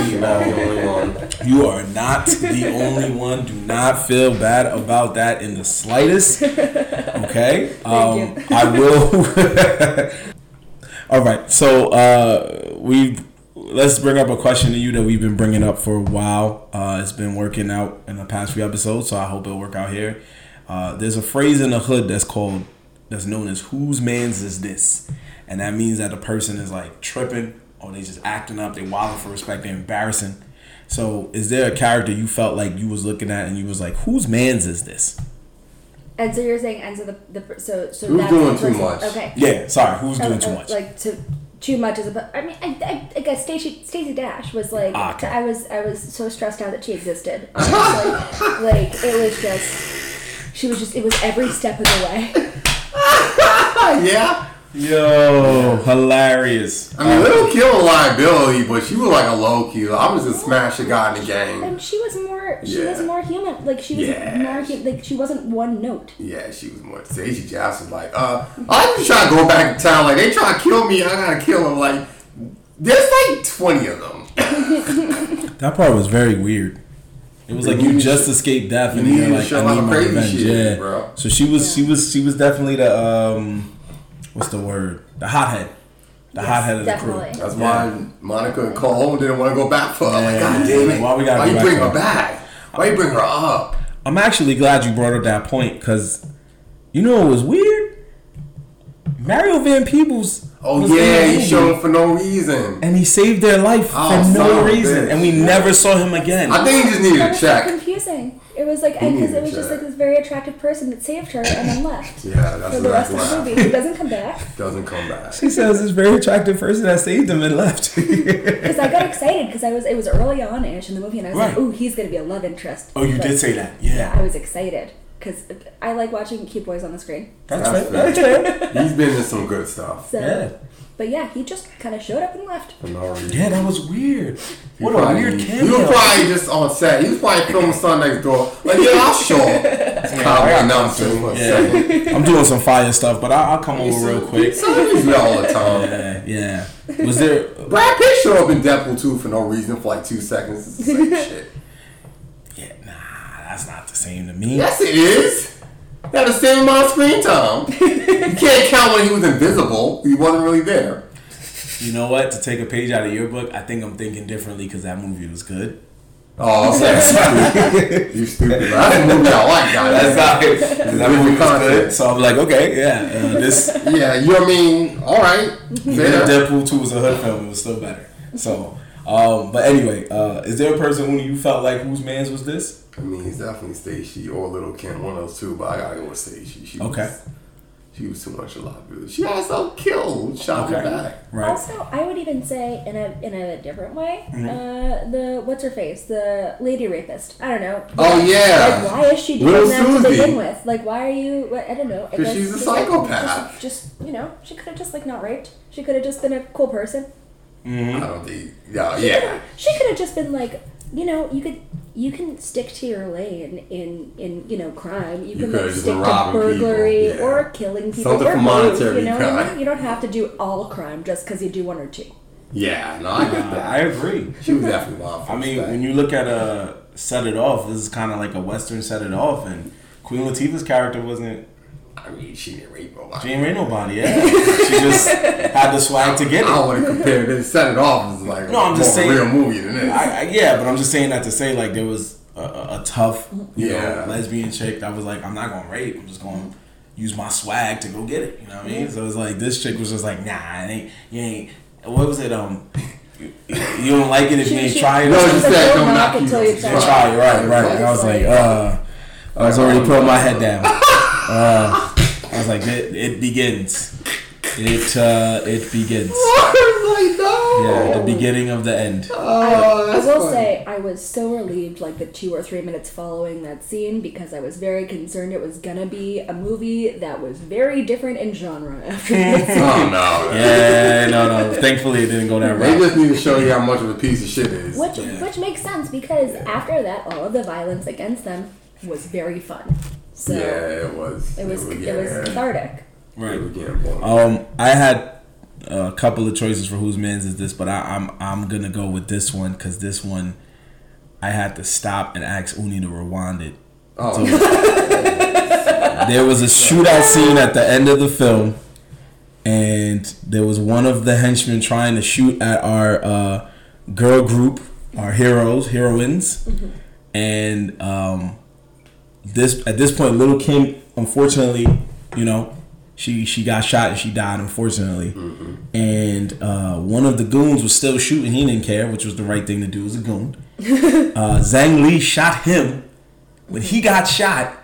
Speaker 1: we all? You are not the only one. Do not feel bad about that in the slightest. Okay. Um,
Speaker 3: Thank
Speaker 1: I will. all right. So uh, we let's bring up a question to you that we've been bringing up for a while. Uh, it's been working out in the past few episodes, so I hope it'll work out here. Uh, there's a phrase in the hood that's called that's known as "whose man's is this," and that means that the person is like tripping or they just acting up, they wilding for respect, they're embarrassing. So is there a character you felt like you was looking at and you was like, whose man's is this?
Speaker 3: And so you're saying, and so the, the per- so so
Speaker 2: Who's
Speaker 3: that's
Speaker 2: doing
Speaker 3: the
Speaker 2: too
Speaker 3: person-
Speaker 2: much?
Speaker 3: Okay.
Speaker 1: Yeah, sorry, who's doing
Speaker 3: Uh,
Speaker 1: too
Speaker 3: uh,
Speaker 1: much?
Speaker 3: Like to too much as a. I mean, I, I, I guess Stacey Stacey Dash was like.
Speaker 1: Ah, okay.
Speaker 3: I was I was so stressed out that she existed. honestly. like it was just. She was just. It was every step of the way.
Speaker 2: Uh, yeah.
Speaker 1: Yo, hilarious.
Speaker 2: I mean, Little Kill a liability, but she was like a low key. I was just smash a guy in the game.
Speaker 3: And she was more. She was
Speaker 2: Yeah.
Speaker 3: more human. Like she was
Speaker 2: Yeah.
Speaker 3: more human. Like she wasn't one note.
Speaker 2: Yeah, she was more. Stacey Jobs was like, uh, I'm just trying to go back to town. Like, they try to kill me. I gotta kill him. Like, there's like 20 of them.
Speaker 1: That part was very weird. It was like you just escaped death and
Speaker 2: You
Speaker 1: you're
Speaker 2: need to
Speaker 1: like,
Speaker 2: show
Speaker 1: I
Speaker 2: out
Speaker 1: need my
Speaker 2: crazy
Speaker 1: revenge.
Speaker 2: shit,
Speaker 1: Yeah,
Speaker 2: bro.
Speaker 1: So she was, she was, she was definitely the um, what's the word? The hothead. The hothead of the
Speaker 3: definitely.
Speaker 1: crew.
Speaker 2: That's
Speaker 1: Yeah.
Speaker 2: why Monica and Cole didn't want to go back for her. Like,
Speaker 1: Yeah.
Speaker 2: God damn it.
Speaker 1: Why we gotta go
Speaker 2: you
Speaker 1: back
Speaker 2: bring
Speaker 1: for
Speaker 2: her
Speaker 1: her?
Speaker 2: back? Why you bring her up?
Speaker 1: I'm actually glad you brought up that point because you know it was weird. Mario Van Peebles. was
Speaker 2: Oh,
Speaker 1: in
Speaker 2: yeah,
Speaker 1: the
Speaker 2: he
Speaker 1: movie,
Speaker 2: showed up for no reason.
Speaker 1: and he saved their life
Speaker 2: Oh,
Speaker 1: for
Speaker 2: son
Speaker 1: no
Speaker 2: of a
Speaker 1: reason,
Speaker 2: bitch.
Speaker 1: and we never saw him again.
Speaker 2: I think he just needed
Speaker 3: That
Speaker 2: a
Speaker 3: was so
Speaker 2: check.
Speaker 3: confusing. It was like
Speaker 2: needed
Speaker 3: because it
Speaker 2: a
Speaker 3: was just
Speaker 2: check.
Speaker 3: like this very attractive person that saved her and then left
Speaker 2: Yeah, that's
Speaker 3: for the
Speaker 2: exactly
Speaker 3: rest of
Speaker 2: what
Speaker 3: the
Speaker 2: happened.
Speaker 3: movie. He doesn't come back
Speaker 2: Doesn't come back.
Speaker 1: She says this very attractive person that saved him and left.
Speaker 3: because I got excited because I was it was early on ish in the movie and I was like,
Speaker 1: Right.
Speaker 3: ooh, he's gonna be a love interest.
Speaker 1: oh, you
Speaker 3: But-
Speaker 1: did say that.
Speaker 3: Yeah, I
Speaker 1: Yeah,
Speaker 3: was excited because I like watching cute boys on the screen.
Speaker 1: that's,
Speaker 2: That's
Speaker 1: fair. That's fair.
Speaker 2: He's been in some good stuff.
Speaker 3: So,
Speaker 1: Yeah.
Speaker 3: but yeah, he just kind of showed up and left.
Speaker 2: For no reason.
Speaker 1: Yeah, that was weird.
Speaker 2: He
Speaker 1: What
Speaker 2: probably-
Speaker 1: a weird
Speaker 2: He was
Speaker 1: cameo.
Speaker 2: probably just on set. He was probably filming something next door. Like, yeah, I'll show up. It's comedy nonsense. One second.
Speaker 1: Yeah. I'm doing some fire stuff, but I, I'll come over real quick.
Speaker 2: Somebody do that all the time.
Speaker 1: Yeah, yeah. Was there?
Speaker 2: Brad Pitt showed up in Deadpool 2 for no reason for like two seconds. It's the same shit.
Speaker 1: Yeah, nah, that's not the same to me.
Speaker 2: Yes, it is. They had the same amount of screen time. you can't count when he was invisible. He wasn't really there.
Speaker 1: You know what? To take a page out of your book, I think I'm thinking differently because that movie was good.
Speaker 2: Oh, I'm sorry. you stupid. man. That's a movie I like, guys.
Speaker 1: not it. That
Speaker 2: movie was good.
Speaker 1: So I'm like, okay, yeah. Uh, this
Speaker 2: Yeah, you know what I mean? All right.
Speaker 1: even if
Speaker 2: Fair.
Speaker 1: Deadpool Two was a hood film, it was still better. So, um, but anyway, uh, is there a person who you felt like whose man's was this?
Speaker 2: I mean, he's definitely Stacey or Little Kim, one of those two, but I gotta go with Stacey. She
Speaker 1: Okay.
Speaker 2: Was, she was too much alive. She got herself killed, shot in
Speaker 1: Okay.
Speaker 2: the back.
Speaker 3: Also, I would even say in a in a different way,
Speaker 2: Mm-hmm.
Speaker 3: uh, the what's her face, the lady rapist. I don't know.
Speaker 2: Oh, yeah.
Speaker 3: Like, why is she doing
Speaker 2: Little
Speaker 3: that to
Speaker 2: Susie.
Speaker 3: begin with? Like, why are you? what- I don't know. I
Speaker 2: 'Cause
Speaker 3: guess
Speaker 2: she's a
Speaker 3: just, like,
Speaker 2: psychopath.
Speaker 3: Just, just, you know, she could have just like not raped. She could have just been a cool person.
Speaker 1: Mm-hmm.
Speaker 2: I don't think. Yeah, yeah.
Speaker 3: She could have just been like, you know, you could you can stick to your lane in in you know crime. You, can
Speaker 2: could
Speaker 3: like,
Speaker 2: have just
Speaker 3: stick
Speaker 2: been
Speaker 3: to
Speaker 2: robbing
Speaker 3: burglary
Speaker 2: people, yeah.
Speaker 3: or killing people
Speaker 2: Something
Speaker 3: or
Speaker 2: for
Speaker 3: both,
Speaker 2: monetary
Speaker 3: You know, what I
Speaker 2: crime.
Speaker 3: mean? you don't have to do all crime just because you do one or two.
Speaker 2: Yeah, no, I get that.
Speaker 1: I agree.
Speaker 2: She was definitely wild.
Speaker 1: I mean, when you look at a set it off, this is kind of like a western set it off, and Queen Latifah's character wasn't.
Speaker 2: I mean, she didn't rape
Speaker 1: She
Speaker 2: nobody.
Speaker 1: ain't rape nobody. Yeah, she just had the swag to
Speaker 2: I
Speaker 1: get it.
Speaker 2: don't want to compare this. Set it off is like
Speaker 1: No, I'm just
Speaker 2: more
Speaker 1: saying-
Speaker 2: real movie than this.
Speaker 1: I, I, yeah, but I'm just saying that to say like there was a, a, a tough, you
Speaker 2: Yeah.
Speaker 1: know, lesbian chick that was like, I'm not gonna rape. I'm just gonna use my swag to go get it. You know what I mean? So it's like this chick was just like, nah, it ain't you ain't. What was it? Um, you, you don't like it if you ain't trying.
Speaker 2: No,
Speaker 3: She's
Speaker 2: she
Speaker 3: like,
Speaker 2: said,
Speaker 3: "Don't
Speaker 2: "Don't
Speaker 3: knock
Speaker 2: knock
Speaker 3: until
Speaker 2: you
Speaker 3: you try."
Speaker 2: try."
Speaker 1: try. Right, right. And I was like, uh, I was already putting my head down. Uh, I was like, it, it begins. It uh, it begins.
Speaker 2: I was like, no.
Speaker 1: Yeah, the beginning of the end.
Speaker 2: Oh,
Speaker 3: I
Speaker 2: that's
Speaker 3: will
Speaker 2: funny.
Speaker 3: say I was so relieved, like the two or three minutes following that scene, because I was very concerned it was gonna be a movie that was very different in genre. After this.
Speaker 2: Oh no.
Speaker 1: Yeah, no, no. Thankfully, it didn't go that route.
Speaker 2: They just need to show you how much of a piece of shit it is.
Speaker 3: which which makes sense because after that, all of the violence against them was very fun. So
Speaker 2: Yeah, it was.
Speaker 3: it was
Speaker 2: was.
Speaker 3: it was cathartic.
Speaker 2: It
Speaker 1: Right.
Speaker 2: was getting boring.
Speaker 1: Um, I had a couple of choices for whose man's is this, but I, I'm I'm gonna go with this one because this one I had to stop and ask Uni to rewind it.
Speaker 2: oh,
Speaker 1: There was a shootout scene at the end of the film, and there was one of the henchmen trying to shoot at our uh, girl group, our heroes, heroines, and um, this at this point, little Kim, unfortunately, you know, she she got shot and she died, unfortunately. And uh, one of the goons was still shooting; he didn't care, which was the right thing to do as a goon. Uh, Zhang Li shot him. When he got shot,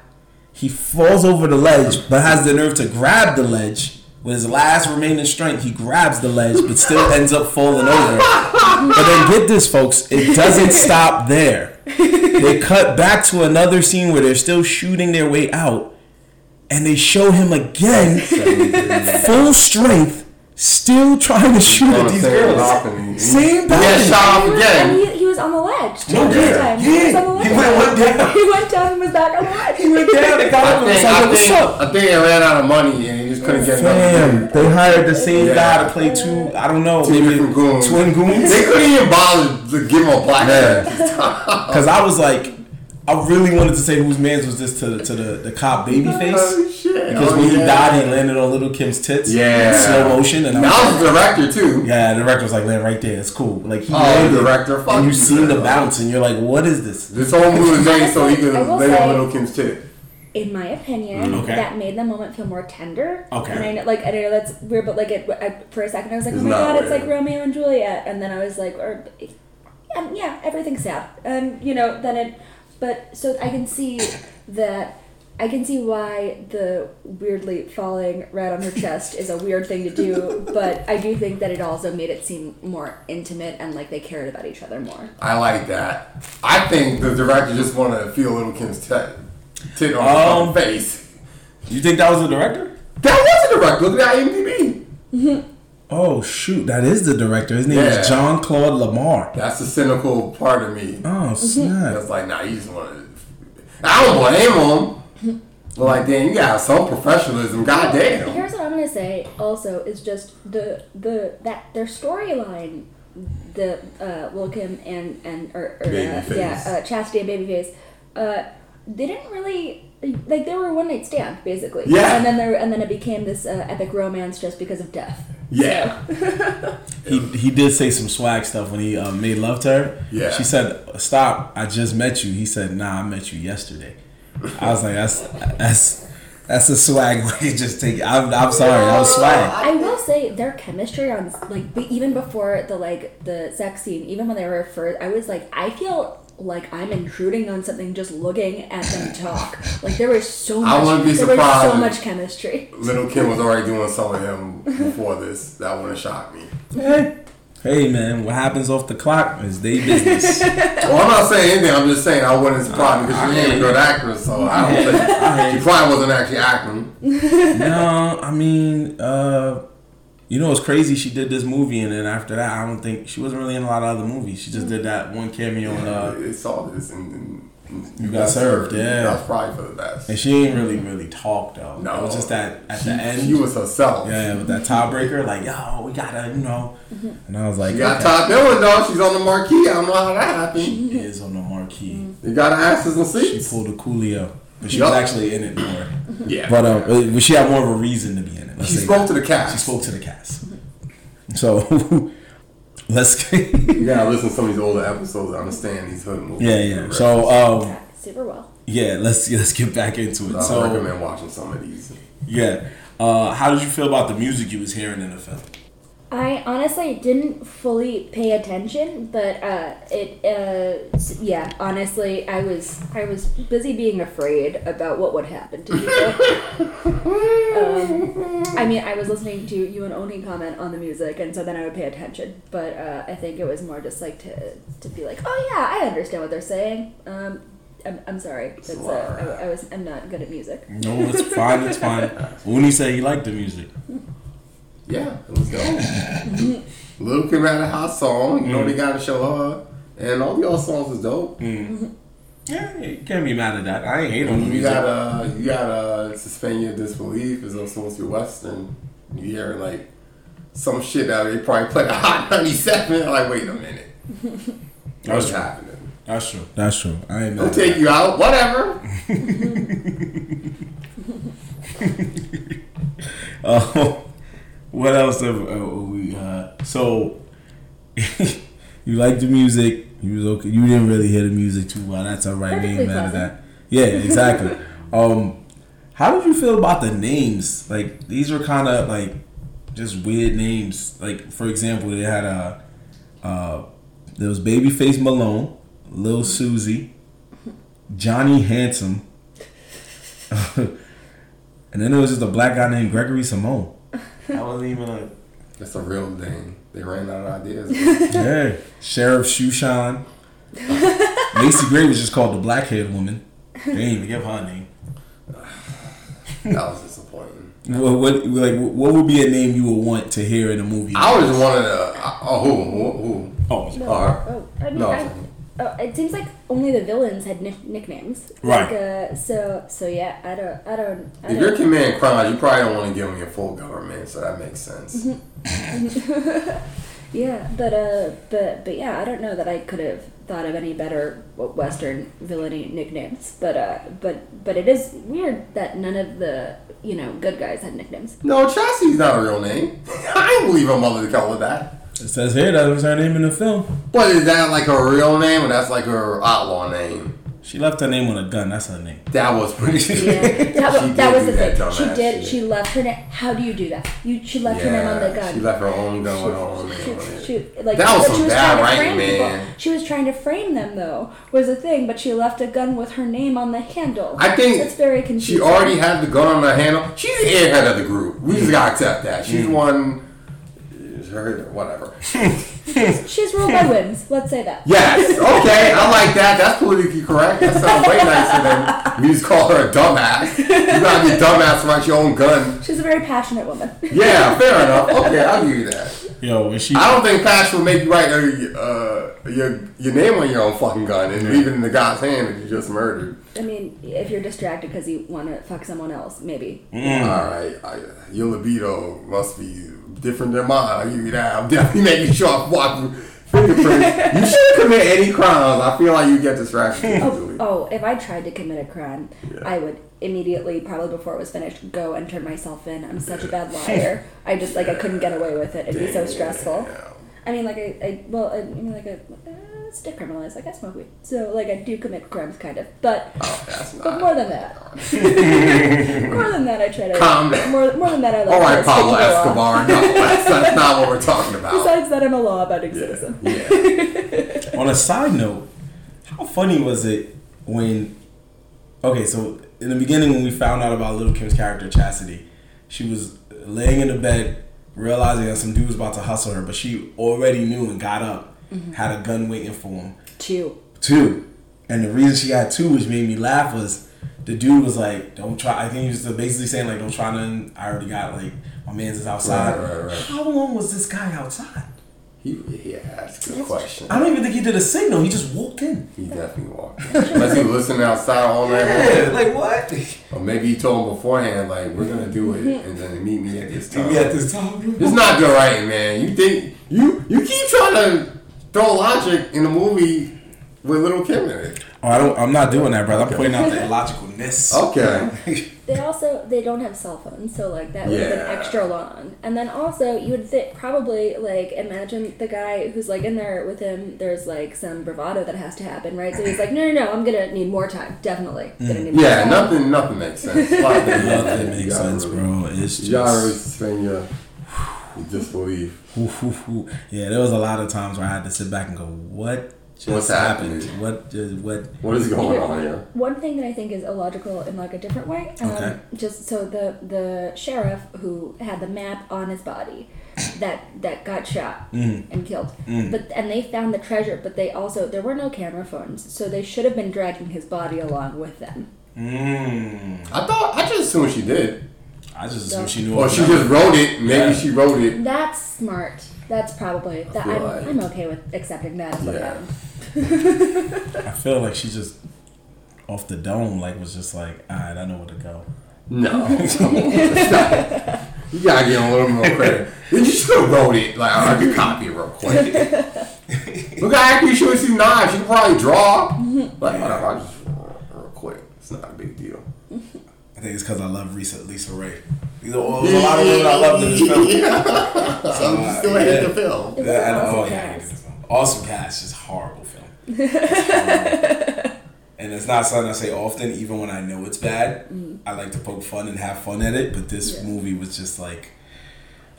Speaker 1: he falls over the ledge, but has the nerve to grab the ledge. With his last remaining strength, he grabs the ledge, but still ends up falling over. But then get this, folks, it doesn't stop there. They cut back to another scene where they're still shooting their way out, and they show him again, full strength, still trying to shoot at these girls. Same
Speaker 2: Yeah,
Speaker 1: pattern.
Speaker 2: shot off
Speaker 3: And
Speaker 2: again.
Speaker 3: he, he was on the ledge.
Speaker 1: No,
Speaker 3: the
Speaker 1: Oh, yeah,
Speaker 3: time. He was
Speaker 1: yeah.
Speaker 3: on the ledge.
Speaker 1: He went one down.
Speaker 3: He went down and was back on the ledge.
Speaker 1: He went down, they got him,
Speaker 2: I
Speaker 1: and was
Speaker 2: think,
Speaker 1: like,
Speaker 2: I,
Speaker 1: what's
Speaker 2: think,
Speaker 1: up?
Speaker 2: I think they ran out of money and they just couldn't get enough.
Speaker 1: Damn, they hired the same
Speaker 2: Yeah.
Speaker 1: guy to play two. I don't know, maybe
Speaker 2: different goons.
Speaker 1: twin goons.
Speaker 2: They couldn't even bother to give him a black
Speaker 1: Yeah.
Speaker 2: man.
Speaker 1: Because I was like, I really wanted to say whose man's was this to to the, the cop baby face.
Speaker 2: shit.
Speaker 1: Because
Speaker 2: Oh,
Speaker 1: when he
Speaker 2: yeah.
Speaker 1: died, he landed on little Kim's tits.
Speaker 2: Yeah.
Speaker 1: in slow motion, and I was
Speaker 2: Now
Speaker 1: like,
Speaker 2: the director too.
Speaker 1: yeah, the director was like, "Man, right there, it's cool." Like he
Speaker 2: Oh,
Speaker 1: landed,
Speaker 2: director, fuck
Speaker 1: and you
Speaker 2: you,
Speaker 1: seen the
Speaker 2: director.
Speaker 1: bounce, and you're like, "What is this?"
Speaker 2: This whole movie was made so he could
Speaker 3: I will
Speaker 2: lay
Speaker 3: say-
Speaker 2: on Little Kim's tit.
Speaker 3: in my opinion,
Speaker 2: Mm,
Speaker 1: Okay.
Speaker 3: that made the moment feel more tender.
Speaker 1: Okay.
Speaker 3: And I know, like, I know that's weird, but like, it, I, for a second, I was like,
Speaker 2: It's
Speaker 3: oh my
Speaker 2: not
Speaker 3: god, it's
Speaker 2: weird.
Speaker 3: like Romeo and Juliet, and then I was like, or, and yeah, everything's sad, and you know, then it, but so I can see that. I can see why the weirdly falling right on her chest is a weird thing to do, but I do think that it also made it seem more intimate and like they cared about each other more.
Speaker 2: I like that. I think the director just wanted to feel Little Kim's tit, tit on
Speaker 1: Um,
Speaker 2: her fucking face.
Speaker 1: You think that was the director?
Speaker 2: That was a director. Look at IMDb.
Speaker 1: Oh shoot, that is the director. His name
Speaker 2: Yeah.
Speaker 1: is John Claude Lamar.
Speaker 2: That's the cynical part of me.
Speaker 1: Oh snap!
Speaker 2: That's like, nah, you just wanted. I don't blame him. But like, damn, you got some professionalism. Goddamn.
Speaker 3: Here's what I'm gonna say. Also, is just the the that their storyline, the uh, Lil' Kim and and or, or uh,
Speaker 2: Babyface.
Speaker 3: yeah, uh, Chastity and Babyface, uh, they didn't really like they were a one night stand basically.
Speaker 2: Yeah.
Speaker 3: And then there and then it became this uh, epic romance just because of death.
Speaker 2: Yeah.
Speaker 1: He he did say some swag stuff when he um, made love to her.
Speaker 2: Yeah.
Speaker 1: She said, "Stop! I just met you." He said, "Nah, I met you yesterday." I was like, "That's that's that's a swag way to just take." It. I'm I'm sorry, that was swag.
Speaker 3: I will say their chemistry on like be- even before the like the sex scene, even when they were first, I was like, I feel like I'm intruding on something just looking at them talk. Like there was so much,
Speaker 2: I wouldn't be
Speaker 3: there was
Speaker 2: surprised.
Speaker 3: so much chemistry.
Speaker 2: Little Kim was already doing some of him before this. That would have shocked me.
Speaker 1: Hey man, what happens off the clock is they business.
Speaker 2: Well, I'm not saying anything. I'm just saying I wasn't surprised because she ain't a good actress, so I don't think she probably wasn't actually acting.
Speaker 1: no, I mean, uh, you know, it's crazy. She did this movie, and then after that, I don't think she wasn't really in a lot of other movies. She just did that one cameo in uh,
Speaker 2: They saw this and, and- and
Speaker 1: You got served, yeah.
Speaker 2: That's probably for the best.
Speaker 1: And she ain't really, really talk though.
Speaker 2: No.
Speaker 1: it was just that at
Speaker 2: she,
Speaker 1: the end.
Speaker 2: she was herself.
Speaker 1: yeah, with that tiebreaker, like yo, we gotta, you know. And I was like,
Speaker 2: You got
Speaker 1: okay,
Speaker 2: Todd Dillon, dog. She's on the marquee. I don't know how that happened.
Speaker 1: it is on the marquee.
Speaker 2: You got asses and
Speaker 1: She
Speaker 2: seats.
Speaker 1: pulled a Coolio, but she
Speaker 2: Yup.
Speaker 1: was actually in it more.
Speaker 2: Yeah.
Speaker 1: But um, but she had more of a reason to be in it. Let's
Speaker 2: she
Speaker 1: say that.
Speaker 2: spoke to the cast.
Speaker 1: She spoke to the cast. So let's. yeah,
Speaker 2: You gotta listen to some of these older episodes to understand these hood movies.
Speaker 1: yeah. So um,
Speaker 3: Yeah, super well.
Speaker 1: yeah, let's let's get back into
Speaker 2: I
Speaker 1: it. So
Speaker 2: recommend watching some of these.
Speaker 1: yeah, uh, how did you feel about the music you was hearing in the film?
Speaker 3: I honestly didn't fully pay attention, but uh, it uh, s- yeah, honestly, I was I was busy being afraid about what would happen to people. um, I mean, I was listening to you and Oni comment on the music, and so then I would pay attention. But uh, I think it was more just like to to be like, oh yeah, I understand what they're saying. Um, I'm, I'm sorry, that's uh, I, I was I'm not good at music.
Speaker 1: No, it's fine. It's fine. When you say you like the music,
Speaker 2: Yeah, it was dope. Lil Kim had a hot song. You know
Speaker 1: Mm.
Speaker 2: they gotta show her. And all the other songs was dope.
Speaker 1: yeah, you can't be mad at that. I ain't hate on the
Speaker 2: You
Speaker 1: music.
Speaker 2: gotta you gotta suspend your disbelief as though it's supposed to be Western. You hear like some shit out they probably played a hot 97. Like, wait a minute. What's
Speaker 1: That's-
Speaker 2: happening?
Speaker 1: That's true. That's true. I ain't
Speaker 2: They'll
Speaker 1: mad.
Speaker 2: take you out, whatever.
Speaker 1: Uh, what else have uh, we? Uh, so you like the music. You was okay. You didn't really hear the music too well. That's all right. We ain't
Speaker 3: Perfectly
Speaker 1: mad at
Speaker 3: pleasant.
Speaker 1: that. Yeah, exactly. um, how did you feel about the names? Like these were kind of like just weird names. Like for example, they had a uh, there was Babyface Malone, Lil Susie, Johnny Handsome, and then there was just a black guy named Gregory Simone. That wasn't even a
Speaker 2: That's a real thing. They ran out of ideas.
Speaker 1: yeah. Sheriff Shushan. Macy Gray was just called the black haired woman. They didn't even give her a name.
Speaker 2: that was disappointing.
Speaker 1: What, what like what would be a name you would want to hear in a movie?
Speaker 2: I was wanted a oh who who who
Speaker 1: Oh,
Speaker 3: No.
Speaker 2: Or-
Speaker 3: oh, I mean,
Speaker 2: no.
Speaker 3: I, oh, it seems like only the villains had nick- nicknames.
Speaker 1: Right.
Speaker 3: Like, uh, so, so yeah, I don't, I don't. I
Speaker 2: If
Speaker 3: don't
Speaker 2: you're committing crimes, you probably don't want to give them your full government, so that makes sense.
Speaker 3: Mm-hmm. yeah, but uh, but but yeah, I don't know that I could have thought of any better w- Western villainy nicknames. But uh, but but it is weird that none of the you know good guys had nicknames.
Speaker 2: No, Chassis not a real name. I didn't believe her mother to call her that.
Speaker 1: it says here that was her name in the film.
Speaker 2: But is that like her real name, or that's like her outlaw name?
Speaker 1: She left her name on a gun. That's her name.
Speaker 2: That was pretty.
Speaker 3: Yeah, that,
Speaker 2: She
Speaker 3: was that
Speaker 2: did
Speaker 3: was
Speaker 2: do
Speaker 3: the
Speaker 2: that
Speaker 3: thing. She
Speaker 2: dumbass
Speaker 3: did.
Speaker 2: shit.
Speaker 3: She left her name. How do you do that? You she left her name on the
Speaker 2: Yeah,
Speaker 3: gun.
Speaker 2: she left her own gun with her own
Speaker 3: She-
Speaker 2: name on it.
Speaker 3: she- like,
Speaker 2: Oh, That was
Speaker 3: but
Speaker 2: some
Speaker 3: she was
Speaker 2: bad
Speaker 3: trying to
Speaker 2: writing,
Speaker 3: frame people.
Speaker 2: man.
Speaker 3: She was trying to frame them, though, was the thing. But she left a gun with her name on the handle.
Speaker 2: I think
Speaker 3: that's very confusing.
Speaker 2: She already had the gun on her handle. She's the airhead of the group. We just gotta accept that. She's one. it's Her, whatever.
Speaker 3: She's ruled by whims. Let's say that.
Speaker 2: Yes. Okay. I like that. That's politically correct. That sounds way nicer than we just call her a dumbass. You gotta be a dumbass about your own gun.
Speaker 3: She's a very passionate woman.
Speaker 2: Yeah. Fair enough. Okay. I'll give you that.
Speaker 1: Yo, when she
Speaker 2: I don't think passion would make you write your uh, your your name on your own fucking gun and leave it in the guy's hand that you just murdered.
Speaker 3: I mean, if you're distracted because you want to fuck someone else, maybe.
Speaker 2: Mm. All right, I, your libido must be different than mine. I give you that. I'm definitely making sure I'm watching fingerprints. you should commit any crimes. I feel like you get distracted easily.
Speaker 3: Oh, if I tried to commit a crime, I would immediately, probably before it was finished, go and turn myself in. I'm such a bad liar. I just like I couldn't get away with it. It'd be so stressful. I mean, like I, I well, I mean, like I, uh, it's decriminalized. Like I smoke weed, so like I do commit crimes, kind of. But
Speaker 2: Oh, that's
Speaker 3: but
Speaker 2: not.
Speaker 3: more than that, more than that, I try to
Speaker 2: Calm down.
Speaker 3: more more than that. I like
Speaker 2: All
Speaker 3: to
Speaker 2: right,
Speaker 3: stick to
Speaker 2: Pablo
Speaker 3: the law.
Speaker 2: Escobar. No, that's, that's not what we're talking about.
Speaker 3: Besides that, I'm a law-abiding
Speaker 2: Yeah.
Speaker 3: citizen.
Speaker 2: yeah.
Speaker 1: on a side note, how funny was it when? Okay, so in the beginning, when we found out about Little Kim's character Chastity, she was laying in the bed, realizing that some dude was about to hustle her, but she already knew and got up, had a gun waiting for him.
Speaker 3: Two.
Speaker 1: Two, and the reason she got two, which made me laugh, was the dude was like, "Don't try." I think he was basically saying like, "Don't try nothing." I already got like my man's is outside.
Speaker 2: Right, right, right.
Speaker 1: How long was this guy outside?
Speaker 2: He, yeah, that's a good question.
Speaker 1: I don't even think he did a signal. He just walked in.
Speaker 2: He definitely walked. in. Unless he was listening outside all night. long.
Speaker 1: like what?
Speaker 2: Or maybe he told him beforehand, like, we're going to do
Speaker 3: Mm-hmm.
Speaker 2: it and then meet me at this time.
Speaker 1: this time.
Speaker 2: It's not good writing, man. You think you you keep trying to throw logic in the movie with little Kim in it.
Speaker 1: Oh, I don't. I'm not doing that, brother. I'm pointing out the illogicalness.
Speaker 2: Okay.
Speaker 3: They also they don't have cell phones, so like that would have
Speaker 2: Yeah.
Speaker 3: been extra long. And then also you would think probably like imagine the guy who's like in there with him. There's like some bravado that has to happen, right? So he's like, no, no, no, I'm gonna need more time, definitely. Gonna need more
Speaker 2: Yeah,
Speaker 3: time.
Speaker 2: nothing nothing makes sense. Like,
Speaker 1: Nothing
Speaker 2: you
Speaker 1: makes
Speaker 2: gotta
Speaker 1: sense,
Speaker 2: really-
Speaker 1: bro. It's
Speaker 2: You gotta really
Speaker 1: just.
Speaker 2: suspend your your disbelief.
Speaker 1: Oof, oof, oof. Yeah, there was a lot of times where I had to sit back and go, "What just
Speaker 2: What's
Speaker 1: happened?
Speaker 2: happening?
Speaker 1: What just what?"
Speaker 2: What is going on here?
Speaker 3: One thing that I think is illogical in like a different way. Um,
Speaker 1: Okay.
Speaker 3: Just so the the sheriff who had the map on his body, that that got shot
Speaker 1: Mm,
Speaker 3: and killed.
Speaker 2: Hmm.
Speaker 3: But and they found the treasure, but they also there were no camera phones, so they should have been dragging his body along with them.
Speaker 1: Mm.
Speaker 2: I thought I just assumed she did.
Speaker 1: I just assumed she knew.
Speaker 2: Or
Speaker 1: what
Speaker 2: Oh, she
Speaker 1: was
Speaker 2: just
Speaker 1: happening.
Speaker 2: wrote it. Maybe
Speaker 1: Yeah.
Speaker 2: she wrote it.
Speaker 3: That's smart. That's probably that.
Speaker 2: feel
Speaker 3: I'm,
Speaker 2: like-
Speaker 3: I'm okay with accepting that as what
Speaker 2: Yeah.
Speaker 3: happened.
Speaker 1: I feel like she just off the dome, like was just like, "All right, I know where to go."
Speaker 2: No. Come on. Stop. You gotta give him a little more credit. Then you should have wrote it. Like, I could copy it real quick. Look how accurate she was. She's nine. She could probably draw. Like, whatever. I'll just draw real quick. It's not a big deal.
Speaker 1: I think it's because I love Lisa, Lisa Ray. These are all- there's a lot of women I love in this film. uh,
Speaker 2: I'm just Oh, still
Speaker 1: yeah.
Speaker 2: hate the film.
Speaker 3: It was
Speaker 1: Yeah, I know.
Speaker 3: awesome
Speaker 1: Oh, yeah, I
Speaker 3: cast.
Speaker 1: hated this film. Awesome cast, just horrible film. Horrible. and it's not something I say often, even when I know it's bad. I like to poke fun and have fun at it, but this
Speaker 3: Mm. Yeah.
Speaker 1: movie was just like,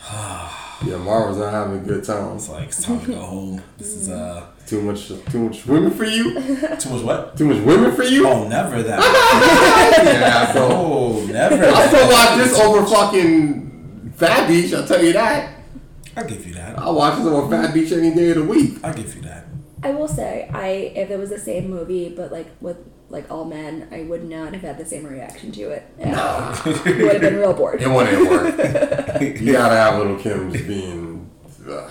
Speaker 2: Yeah, Mara's not having a good time.
Speaker 1: It's like it's time to go home. This is
Speaker 3: Mm.
Speaker 1: uh
Speaker 2: Too much, too much women for you.
Speaker 1: too much what?
Speaker 2: Too much women for you.
Speaker 1: Oh, never that.
Speaker 2: Yeah, so
Speaker 1: Oh, never.
Speaker 2: I still
Speaker 1: That.
Speaker 2: watch this over fucking Fat Beach. I'll tell you that.
Speaker 1: I'll give you that.
Speaker 2: I watch this over Fat Beach any day of the week.
Speaker 1: I'll give you that.
Speaker 3: I will say, I if it was the same movie, but like with like all men, I would not have had the same reaction to it. No, would have been real bored.
Speaker 2: It wouldn't work. you gotta have little Kim's being. Ugh.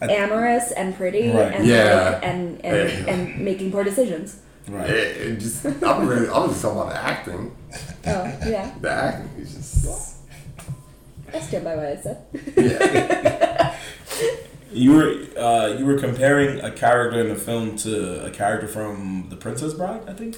Speaker 3: Amorous and pretty,
Speaker 1: Right.
Speaker 3: and,
Speaker 2: Yeah.
Speaker 3: like, and and and making poor decisions.
Speaker 2: It,
Speaker 1: Right.
Speaker 2: it just, I'm really, I was just talking about the acting.
Speaker 3: Oh yeah,
Speaker 2: The acting is just.
Speaker 3: I stand by what I said.
Speaker 2: Yeah.
Speaker 1: You were uh, you were comparing a character in the film to a character from The Princess Bride, I think.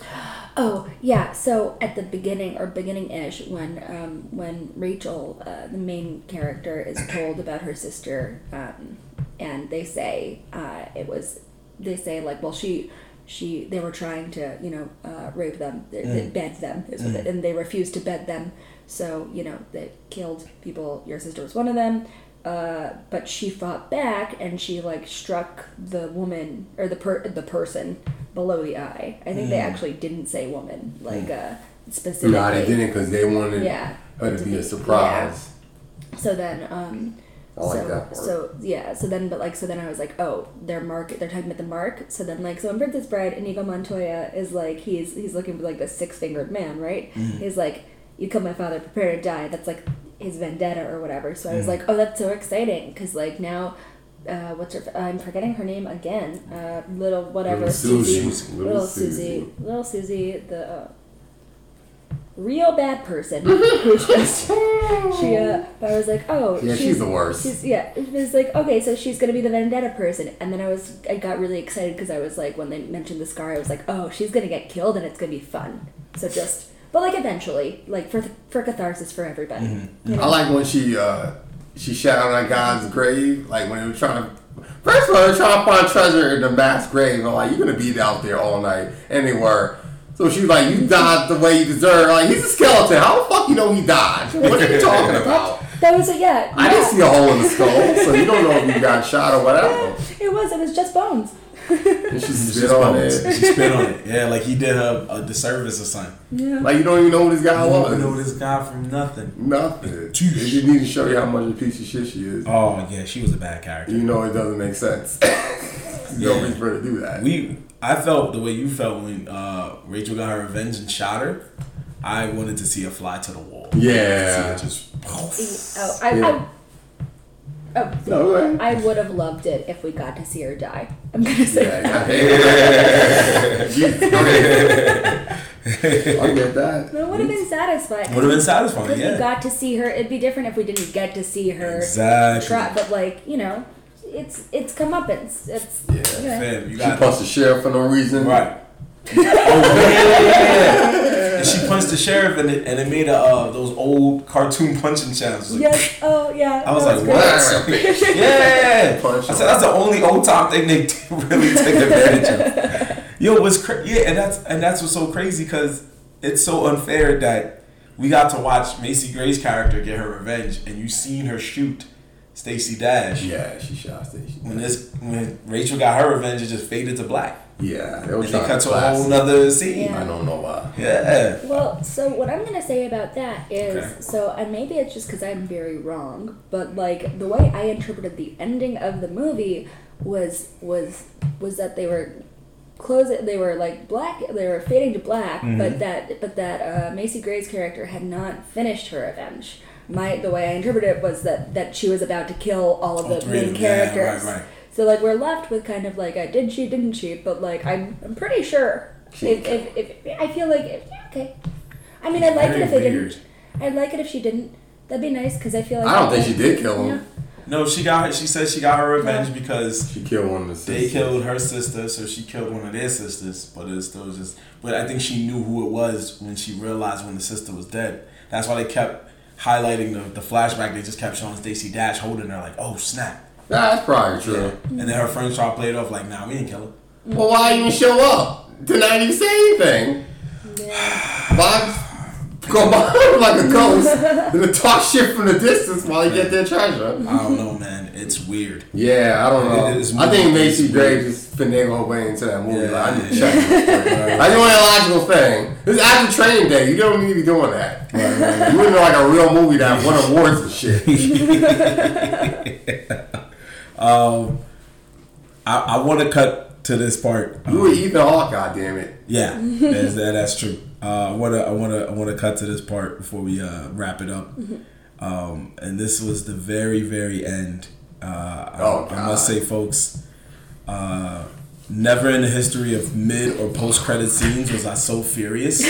Speaker 3: Oh yeah, so at the beginning or beginning-ish, when um, when Rachel, uh, the main character, is told about her sister, um, and they say uh, it was, they say like, well, she, she, they were trying to, you know, uh, rape them, they, they bed them, is what they- and they refused to bed them, so you know they killed people. Your sister was one of them. Uh, but she fought back and she like struck the woman or the per- the person below the eye. I think they actually didn't say woman like uh specifically.
Speaker 2: no, they didn't because they wanted
Speaker 3: Yeah.
Speaker 2: her to be a surprise.
Speaker 3: So then um
Speaker 2: I like
Speaker 3: so,
Speaker 2: that part.
Speaker 3: so yeah, so then but like so then I was like, oh, their mark they're talking about the mark. So then like so in Princess Bride, Inigo Montoya is like he's he's looking for like the six fingered man, right?
Speaker 2: Mm-hmm.
Speaker 3: He's like, You killed my father, prepare to die. That's like his vendetta or whatever. So I
Speaker 2: Mm-hmm.
Speaker 3: was like, Oh, that's so exciting because like now uh, what's her? I'm forgetting her name again. Uh, little whatever.
Speaker 2: Little Susie.
Speaker 3: Little,
Speaker 2: Little
Speaker 3: Susie.
Speaker 2: Susie.
Speaker 3: Little Susie. The uh, real bad person. who's just she uh, but I was like, oh,
Speaker 2: Yeah, she's the worst.
Speaker 3: She's yeah. It was like okay, so she's gonna be the vendetta person, and then I was I got really excited because I was like when they mentioned the scar, I was like, oh, she's gonna get killed and it's gonna be fun. So just but like eventually, like for for catharsis for everybody. You know?
Speaker 2: I like when she uh, she shot out that guy's grave, like when they were trying to. First of all, they're trying to find treasure in the mass grave. I'm like, you're gonna be out there all night, and they were. So she's like, you died the way you deserve. Like, he's a skeleton. How the fuck you know he died? What are you talking about?
Speaker 3: that was a yeah.
Speaker 2: I didn't see a hole in the skull, so you don't know if you got shot or whatever.
Speaker 3: It was. It was just bones.
Speaker 2: And she
Speaker 1: She
Speaker 2: spit
Speaker 1: spit
Speaker 2: on
Speaker 1: it.
Speaker 2: it.
Speaker 1: She spit on it. Yeah, like he did her a disservice or something.
Speaker 2: Like, you don't even know who this guy
Speaker 1: I
Speaker 2: was.
Speaker 1: don't know this guy from nothing.
Speaker 2: Nothing. They just need to show you how much of a piece of shit she is.
Speaker 1: Oh yeah, she was a bad character.
Speaker 2: You know it doesn't make sense. Nobody's going to do that.
Speaker 1: We, I felt the way you felt when uh, Rachel got her revenge and shot her. I wanted to see a fly to the wall.
Speaker 2: Yeah.
Speaker 1: See it just.
Speaker 3: Oh, I.
Speaker 2: Yeah.
Speaker 3: I oh,
Speaker 2: No way.
Speaker 3: I would have loved it if we got to see her die. I'm gonna say that.
Speaker 2: Yeah, yeah. Jeez, okay. I get that.
Speaker 3: But it would have been satisfying.
Speaker 1: Would have been satisfying.
Speaker 3: If you
Speaker 1: Yeah.
Speaker 3: got to see her, it'd be different if we didn't get to see her.
Speaker 1: Exactly.
Speaker 3: Try, but like you know, it's it's comeuppance. It's
Speaker 2: Yeah.
Speaker 3: you know.
Speaker 1: Fam, you
Speaker 2: She
Speaker 1: got
Speaker 2: punched the sheriff for no reason.
Speaker 1: Right. oh, yeah, yeah, yeah. And she punched the sheriff, and it, and it made a, uh, those old cartoon punching sounds. Like,
Speaker 3: Yes. Oh yeah.
Speaker 1: I was
Speaker 3: that
Speaker 1: like,
Speaker 3: great.
Speaker 2: Whatever, bitch.
Speaker 1: Yeah.
Speaker 2: Punch
Speaker 1: I said that's the only old time thing they do really take advantage of. Yo, what's cra- yeah, and that's and that's what's so crazy because it's so unfair that we got to watch Macy Gray's character get her revenge, and you seen her shoot Stacy Dash.
Speaker 2: Yeah, she shot station.
Speaker 1: When this when Rachel got her revenge, it just faded to black,
Speaker 2: Yeah, they were
Speaker 1: and they
Speaker 2: trying
Speaker 1: cut
Speaker 2: to
Speaker 1: to a
Speaker 2: class.
Speaker 1: whole nother scene.
Speaker 2: I don't know why.
Speaker 1: Yeah.
Speaker 3: Well, so what I'm gonna say about that is
Speaker 1: Okay.
Speaker 3: so, and maybe it's just because I'm very wrong, but like the way I interpreted the ending of the movie was was was that they were close they were like black they were fading to black
Speaker 1: Mm-hmm.
Speaker 3: but that but that uh, macy gray's character had not finished her revenge my the way i interpreted it was that that she was about to kill all of the
Speaker 1: three
Speaker 3: main
Speaker 1: of them, yeah, right,
Speaker 3: characters
Speaker 1: right.
Speaker 3: so like we're left with kind of like a did she didn't she but like i'm, I'm pretty sure if, if, if i feel like if, yeah, okay i mean i'd like it
Speaker 1: Very
Speaker 3: if they
Speaker 1: weird.
Speaker 3: didn't i'd like it if she didn't that'd be nice because i feel like
Speaker 2: I don't think she did kill him.
Speaker 1: No, she got. She said she got her revenge because
Speaker 2: She killed one of the
Speaker 1: they
Speaker 2: sisters.
Speaker 1: killed her sister, so she killed one of their sisters. But it's still just. But I think she knew who it was when she realized when the sister was dead. That's why they kept highlighting the, the flashback. They just kept showing Stacy Dash holding her like, oh snap.
Speaker 2: That's probably true.
Speaker 1: And then her friends tried to play it off like, nah, we didn't kill her.
Speaker 2: Well, why even show up? Did not even say anything?
Speaker 3: yeah.
Speaker 2: Why Go by him like a ghost and then talk shit from the distance while you get their treasure.
Speaker 1: I don't know, man. It's weird.
Speaker 2: Yeah, I don't
Speaker 1: It is
Speaker 2: know. I
Speaker 1: more-
Speaker 2: think Macy
Speaker 1: it's
Speaker 2: Gray
Speaker 1: weird.
Speaker 2: just finagled her way into that movie.
Speaker 1: Yeah,
Speaker 2: like, I need to
Speaker 1: yeah.
Speaker 2: check this. That's the only logical thing. This is after training day. You don't need to be doing that. You wouldn't know like a real movie that won awards and shit.
Speaker 1: Um, I, I want to cut to this part.
Speaker 2: You
Speaker 1: Um,
Speaker 2: were Ethan Hawke, goddammit. it.
Speaker 1: yeah, that's, that, that's true. Uh, I want to I want to I want to cut to this part before we uh, wrap it up. Um, and this was the very very end. Uh, I-
Speaker 2: Oh,
Speaker 1: I, must say, folks. Uh, Never in the history of mid or post credit scenes was I so furious.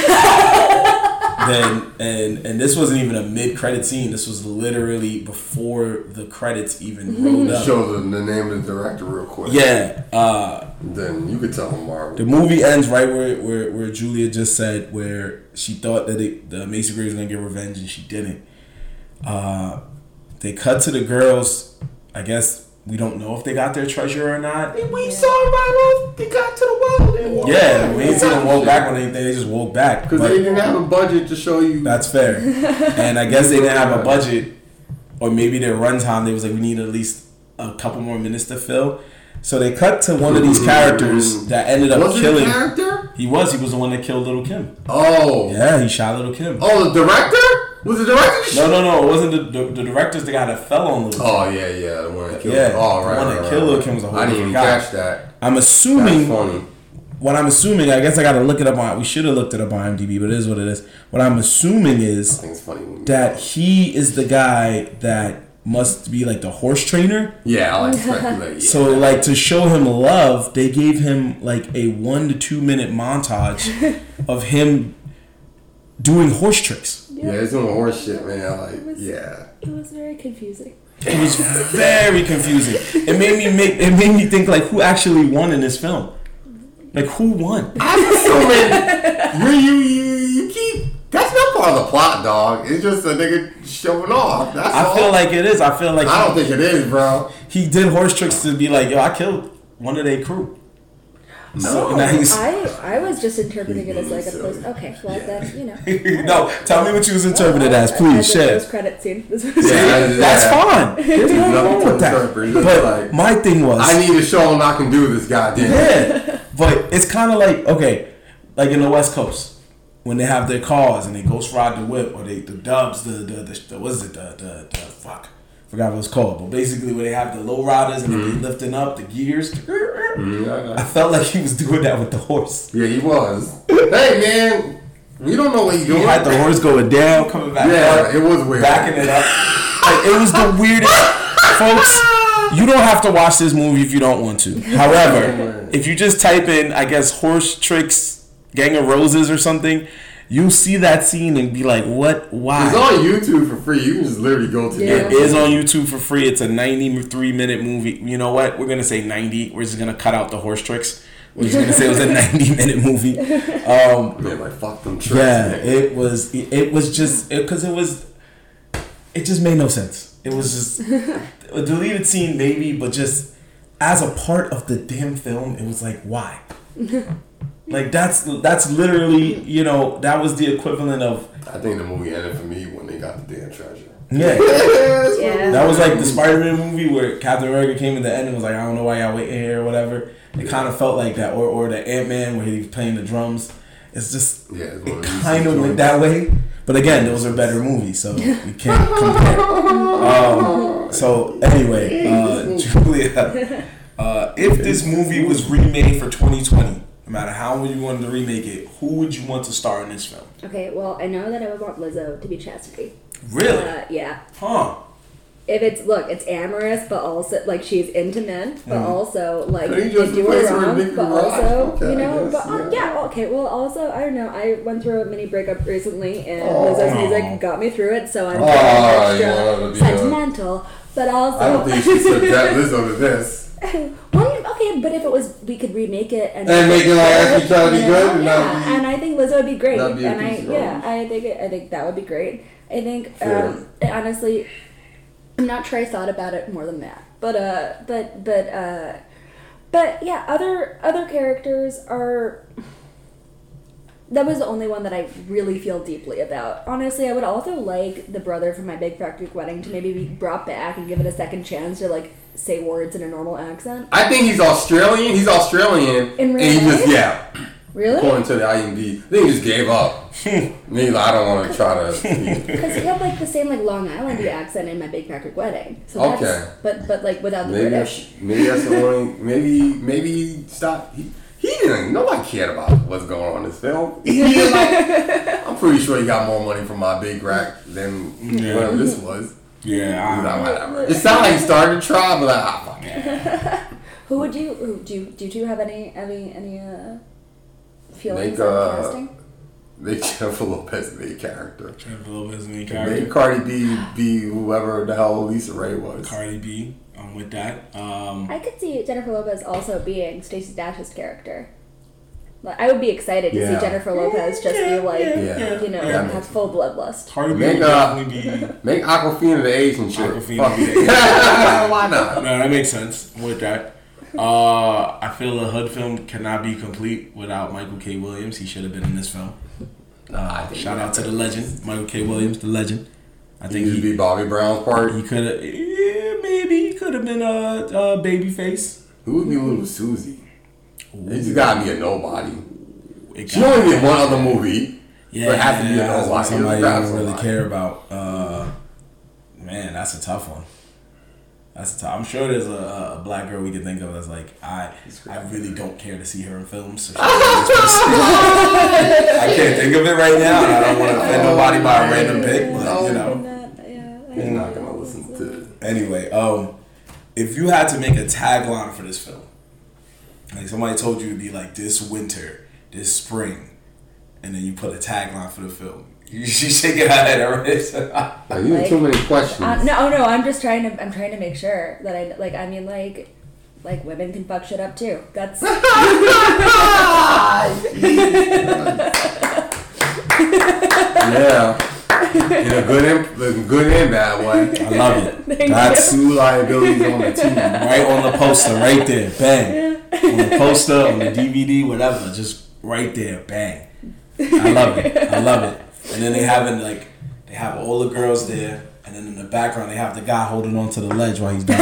Speaker 1: then and and this wasn't even a mid credit scene. This was literally before the credits even rolled up.
Speaker 2: Show the, the name of the director real quick.
Speaker 1: Yeah, uh,
Speaker 2: Then you could tell him Marvel.
Speaker 1: the movie ends right where, where where Julia just said where she thought that it, the Macy Gray was gonna get revenge and she didn't. Uh, they cut to the girls. I guess we don't know if they got their treasure or not.
Speaker 2: We saw right off. They got to the world. and walked
Speaker 1: Yeah,
Speaker 2: back.
Speaker 1: we didn't see them walk back on anything. They just walked back.
Speaker 2: Because
Speaker 1: but
Speaker 2: they didn't have a budget to show you.
Speaker 1: that's fair. And I guess they didn't have a budget, or maybe their runtime. They was like, we need at least a couple more minutes to fill. So they cut to one of these characters that ended up
Speaker 2: was it
Speaker 1: killing.
Speaker 2: a character?
Speaker 1: He was. He was the one that killed Little Kim.
Speaker 2: Oh.
Speaker 1: Yeah, he shot Little Kim.
Speaker 2: Oh, the director? Was the director? the
Speaker 1: No, no, no. It wasn't the, the, the directors that got a fell on Little Kim.
Speaker 2: Oh yeah, yeah, the one that killed.
Speaker 1: Yeah,
Speaker 2: oh,
Speaker 1: the
Speaker 2: right,
Speaker 1: one that
Speaker 2: right, right,
Speaker 1: killed
Speaker 2: right.
Speaker 1: Lil' Kim was a whole
Speaker 2: I didn't even
Speaker 1: different guy.
Speaker 2: catch that.
Speaker 1: I'm
Speaker 2: That's
Speaker 1: assuming,
Speaker 2: funny.
Speaker 1: what I'm assuming, I guess I got to look it up on, we should have looked it up on IMDb, but it is what it is. What I'm assuming
Speaker 2: I
Speaker 1: is
Speaker 2: think it's funny. When you-
Speaker 1: that he is the guy that must be like the horse trainer.
Speaker 2: yeah, I like to speculate. Yeah.
Speaker 1: So, like, to show him love, they gave him like a one to two minute montage of him doing horse tricks.
Speaker 2: yeah, it's doing horse shit, man. Like, yeah,
Speaker 3: It was very confusing.
Speaker 1: It was very confusing. It made me make it made me think like who actually won in this film? Like who won?
Speaker 2: I'm assuming you, you you you keep. That's not part of the plot, dog. It's just a nigga showing off. That's
Speaker 1: I
Speaker 2: all.
Speaker 1: feel like it is. I feel like
Speaker 2: I don't think it is, bro.
Speaker 1: he did horse tricks to be like, yo, I killed one of their crew. So
Speaker 3: Oh,
Speaker 1: nice.
Speaker 3: I I was just interpreting it as like a
Speaker 2: Mhm,
Speaker 3: post.
Speaker 2: so-
Speaker 3: Okay, well then you know.
Speaker 1: no, tell me what you was interpreted as, please,
Speaker 3: As a
Speaker 1: share.
Speaker 3: Post-credit scene.
Speaker 2: Yeah,
Speaker 1: That's fine. There's nothing
Speaker 2: Nothing
Speaker 1: wrong
Speaker 2: to
Speaker 1: with that.
Speaker 2: interpret. It's
Speaker 1: But
Speaker 2: like-
Speaker 1: my thing was,
Speaker 2: I need to show him I can do this, goddamn.
Speaker 1: yeah, but it's kind of like okay, like in the West Coast when they have their cars and they ghost ride the whip or they the dubs the the, the, the what is it the, the the fuck forgot what it's called but basically when they have the low riders and
Speaker 2: Mm-hmm.
Speaker 1: they be lifting up the gears. I
Speaker 2: Yeah,
Speaker 1: felt like he was doing that with the horse.
Speaker 2: yeah, he was. hey, man, we don't know what you
Speaker 1: He
Speaker 2: doing.
Speaker 1: had the horse going down, coming back
Speaker 2: yeah,
Speaker 1: up,
Speaker 2: it was weird.
Speaker 1: backing it up. Like, it was the weirdest, folks. You don't have to watch this movie if you don't want to. However, if you just type in, I guess, horse tricks, gang of roses, or something, you'll see that scene and be like, "What?
Speaker 2: It's
Speaker 1: Why?"
Speaker 2: on YouTube for free. You can just literally go to
Speaker 3: Yeah.
Speaker 1: It
Speaker 2: it.
Speaker 1: is on YouTube for free. It's a 93 minute movie. You know what? We're gonna say 90. We're just gonna cut out the horse tricks. We're just gonna say it was a 90 minute movie. Um,
Speaker 2: Man, like fuck them tricks.
Speaker 1: Yeah,
Speaker 2: man.
Speaker 1: it was. It, it was just because it, was. It just made no sense. It was just a deleted scene, maybe, but just as a part of the damn film, it was like why? like that's that's literally you know that was the equivalent of
Speaker 2: I think the movie ended for me when they got the damn treasure.
Speaker 1: yeah.
Speaker 3: Yeah.
Speaker 1: That was like the Spider-Man movie where Captain America came at the end and was like, I don't know why y'all waiting here or whatever. It kind of felt like that, or or the Ant-Man where he was playing the drums. It's just
Speaker 2: Yeah, it's one
Speaker 1: it
Speaker 2: of these
Speaker 1: kind of went
Speaker 2: joints.
Speaker 1: that way. But again, those are better movies, so we can't compare. Um, so anyway, uh, Julia, uh, if this movie was remade for 2020, no matter how would you want to remake it, who would you want to star in this film?
Speaker 3: Okay, well I know that I would want Lizzo to be Chastity.
Speaker 1: Really?
Speaker 3: Uh, yeah.
Speaker 1: Huh?
Speaker 3: If it's look, it's amorous, but also like she's into men, but also like
Speaker 2: So you
Speaker 3: they
Speaker 2: just
Speaker 3: do
Speaker 2: replace
Speaker 3: her
Speaker 2: her with Nicki
Speaker 3: wrong,
Speaker 2: Minaj.
Speaker 3: but also
Speaker 2: Okay,
Speaker 3: you know,
Speaker 2: I guess,
Speaker 3: but uh,
Speaker 2: yeah.
Speaker 3: yeah. okay. Well, also I don't know. I went through a mini breakup recently, and
Speaker 2: Oh.
Speaker 3: Lizzo's music got me through it, so I'm
Speaker 2: Oh,
Speaker 3: feeling
Speaker 2: you wanted to be
Speaker 3: extra
Speaker 2: a-
Speaker 3: sentimental. But also,
Speaker 2: I don't think she said that Lizzo to this.
Speaker 3: Well, okay, but if it was, we could remake it and,
Speaker 2: And make it like actually try to be
Speaker 3: Yeah,
Speaker 2: good and
Speaker 3: Yeah,
Speaker 2: not be-
Speaker 3: and I think Lizzo would be great.
Speaker 2: not be a
Speaker 3: and I
Speaker 2: piece of
Speaker 3: yeah,
Speaker 2: rubbish.
Speaker 3: I think it, I think that would be great. I think
Speaker 2: Fair.
Speaker 3: um, honestly, I'm not sure I thought about it more than that. But uh, but but uh, but yeah, other other characters are that was the only one that I really feel deeply about. Honestly, I would also like the brother from my Big Fat Greek Wedding to maybe be brought back and given a second chance to like say words in a normal accent.
Speaker 2: I think he's Australian. He's Australian.
Speaker 3: In real
Speaker 2: and he just
Speaker 3: life?
Speaker 2: yeah.
Speaker 3: Really?
Speaker 2: According to the IMD, they just gave up. Me, like, I don't want to try to.
Speaker 3: Because he had like the same like Long Island accent in my Big Fat Greek Wedding. So
Speaker 2: Okay.
Speaker 3: That's, but but like without the
Speaker 2: Maybe,
Speaker 3: British.
Speaker 2: that's- maybe that's the only. Maybe, maybe stop. He, he didn't. Nobody cared about what's going on in this film. He didn't like- I'm pretty sure he got more money from my big rack than
Speaker 1: Yeah.
Speaker 2: whatever this was. He was
Speaker 1: Yeah,
Speaker 2: like, whatever. It sounded like he started to try, but like, ah, fuck it.
Speaker 3: Who would you who, do? You, do you two have any any any uh, feelings
Speaker 2: Make,
Speaker 3: on
Speaker 2: uh,
Speaker 3: casting?
Speaker 2: Make Jennifer Lopez the character.
Speaker 1: I Lopez and
Speaker 2: Make
Speaker 1: Cardi,
Speaker 2: Cardi B be whoever the hell Lisa Ray was.
Speaker 1: Cardi B. I'm with that. Um,
Speaker 3: I could see Jennifer Lopez also being Stacey Dash's character. Like, I would be excited to
Speaker 2: Yeah.
Speaker 3: see Jennifer Lopez just be like,
Speaker 2: yeah,
Speaker 3: you know,
Speaker 2: yeah.
Speaker 3: have full bloodlust.
Speaker 1: Cardi B
Speaker 2: Make,
Speaker 1: would
Speaker 2: uh,
Speaker 1: definitely be.
Speaker 2: Make Aquafina the Asian chick.
Speaker 1: Aquafina
Speaker 2: Fuck
Speaker 1: the
Speaker 2: it.
Speaker 1: Asian
Speaker 2: Why not?
Speaker 1: No, that makes sense. I'm with that. Uh, I feel a hood film cannot be complete without Michael K. Williams. He should have been in this film. Uh,
Speaker 2: Nah, I think
Speaker 1: Shout out to the legend, Michael K. Williams, the legend. I think
Speaker 2: Used to
Speaker 1: he
Speaker 2: be Bobby Brown's part.
Speaker 1: he could have yeah, maybe he could have been a, a babyface.
Speaker 2: Who would be little Susie? It just gotta be a nobody.
Speaker 1: It
Speaker 2: She
Speaker 1: got-
Speaker 2: only did one other movie.
Speaker 1: Yeah,
Speaker 2: it has to be a
Speaker 1: that's
Speaker 2: nobody.
Speaker 1: what somebody you
Speaker 2: It's gotta be
Speaker 1: don't really
Speaker 2: somebody.
Speaker 1: care about. Uh, man, that's a tough one. That's a tough. I'm sure there's a, a black girl we can think of that's like I I really don't care to see her in films. So she I can't think of it right now. and I don't want to offend
Speaker 2: Oh,
Speaker 1: nobody by a random pick, but you know.
Speaker 2: He's not gonna listen to.
Speaker 1: Anyway, um, if you had to make a tagline for this film, like somebody told you to be like this winter, this spring, and then you put a tagline for the film, you she's shaking her head already.
Speaker 2: Like, you have too many questions.
Speaker 3: Uh, no, oh, no, I'm just trying to. I'm trying to make sure that I like. I mean, like, like women can fuck shit up too. That's
Speaker 2: yeah, in a good and in a good and bad way.
Speaker 1: I love it.
Speaker 3: Thank
Speaker 1: That's
Speaker 2: Two liabilities on the team.
Speaker 1: right on the poster, right there, bang. On the poster, on the DVD, whatever, just right there, bang. I love it. I love it. And then they have it like they have all the girls there, and then in the background they have the guy holding on to the ledge while he's down.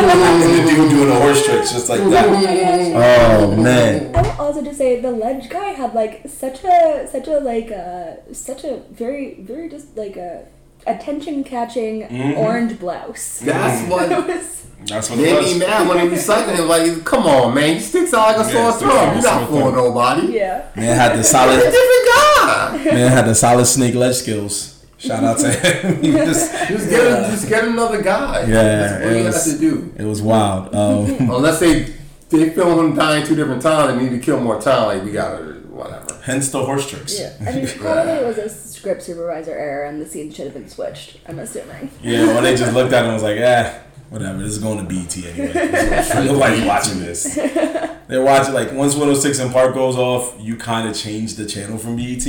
Speaker 1: and the dude doing the horse tricks just like that. Oh man.
Speaker 3: I will also just say the ledge guy had like such a such a like uh such a very very just like a attention catching orange blouse.
Speaker 2: That's
Speaker 3: It
Speaker 2: what
Speaker 3: was
Speaker 1: That's what it
Speaker 2: made me
Speaker 1: was.
Speaker 2: mad when he recycled it. Like, come on, man, he sticks out like a
Speaker 1: Yeah,
Speaker 2: sore
Speaker 1: sticks out
Speaker 2: thumb. You're
Speaker 1: like a
Speaker 2: not
Speaker 1: sore
Speaker 2: fooling
Speaker 1: thumb.
Speaker 2: nobody.
Speaker 3: yeah.
Speaker 1: Man had the
Speaker 2: You're a
Speaker 1: solid
Speaker 2: different guy.
Speaker 1: man had the solid snake ledge skills. Shout out to him. He just-
Speaker 2: Just get, a- just get another guy.
Speaker 1: Yeah,
Speaker 2: That's what
Speaker 1: it
Speaker 2: you have
Speaker 1: was-
Speaker 2: to do.
Speaker 1: it was wild. Um,
Speaker 2: Unless they they film him dying two different times, they need to kill more time. Like we gotta whatever.
Speaker 1: hence the horse tricks.
Speaker 3: Yeah. I mean probably it was a script supervisor error and the scene should have been switched, I'm assuming.
Speaker 1: Yeah, when they just looked at it and was like, ah, whatever, this is going to BT anyway. Nobody's watching this. They're watching, like, once 106 and Park goes off, you kind of change the channel from BET.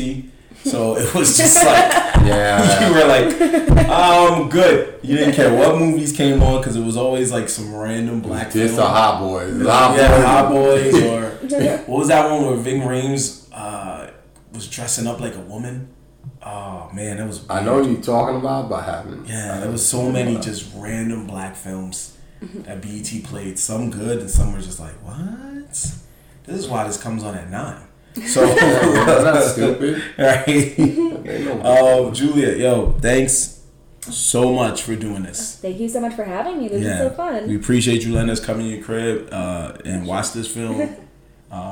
Speaker 1: So it was just like, you
Speaker 2: Yeah.
Speaker 1: were like, um, good. You didn't care what movies came on because it was always like some random black film.
Speaker 2: Just the hot boys. The
Speaker 1: Hot
Speaker 2: hot
Speaker 1: yeah,
Speaker 2: boys.
Speaker 1: Hot Boys or what was that one where Ving Rhames uh, was dressing up like a woman? Oh man, that was
Speaker 2: I know what you're talking about, but I haven't.
Speaker 1: yeah, there was so many just random black films that BET played. Some good and some were just like, what? This is why this comes on at nine. So
Speaker 2: That's stupid.
Speaker 1: right,
Speaker 2: They know.
Speaker 1: um, Julia, yo, thanks so much for doing this.
Speaker 3: Thank you so much for having me. This is so fun.
Speaker 1: We appreciate you letting us come in your crib uh, and watch this film. um,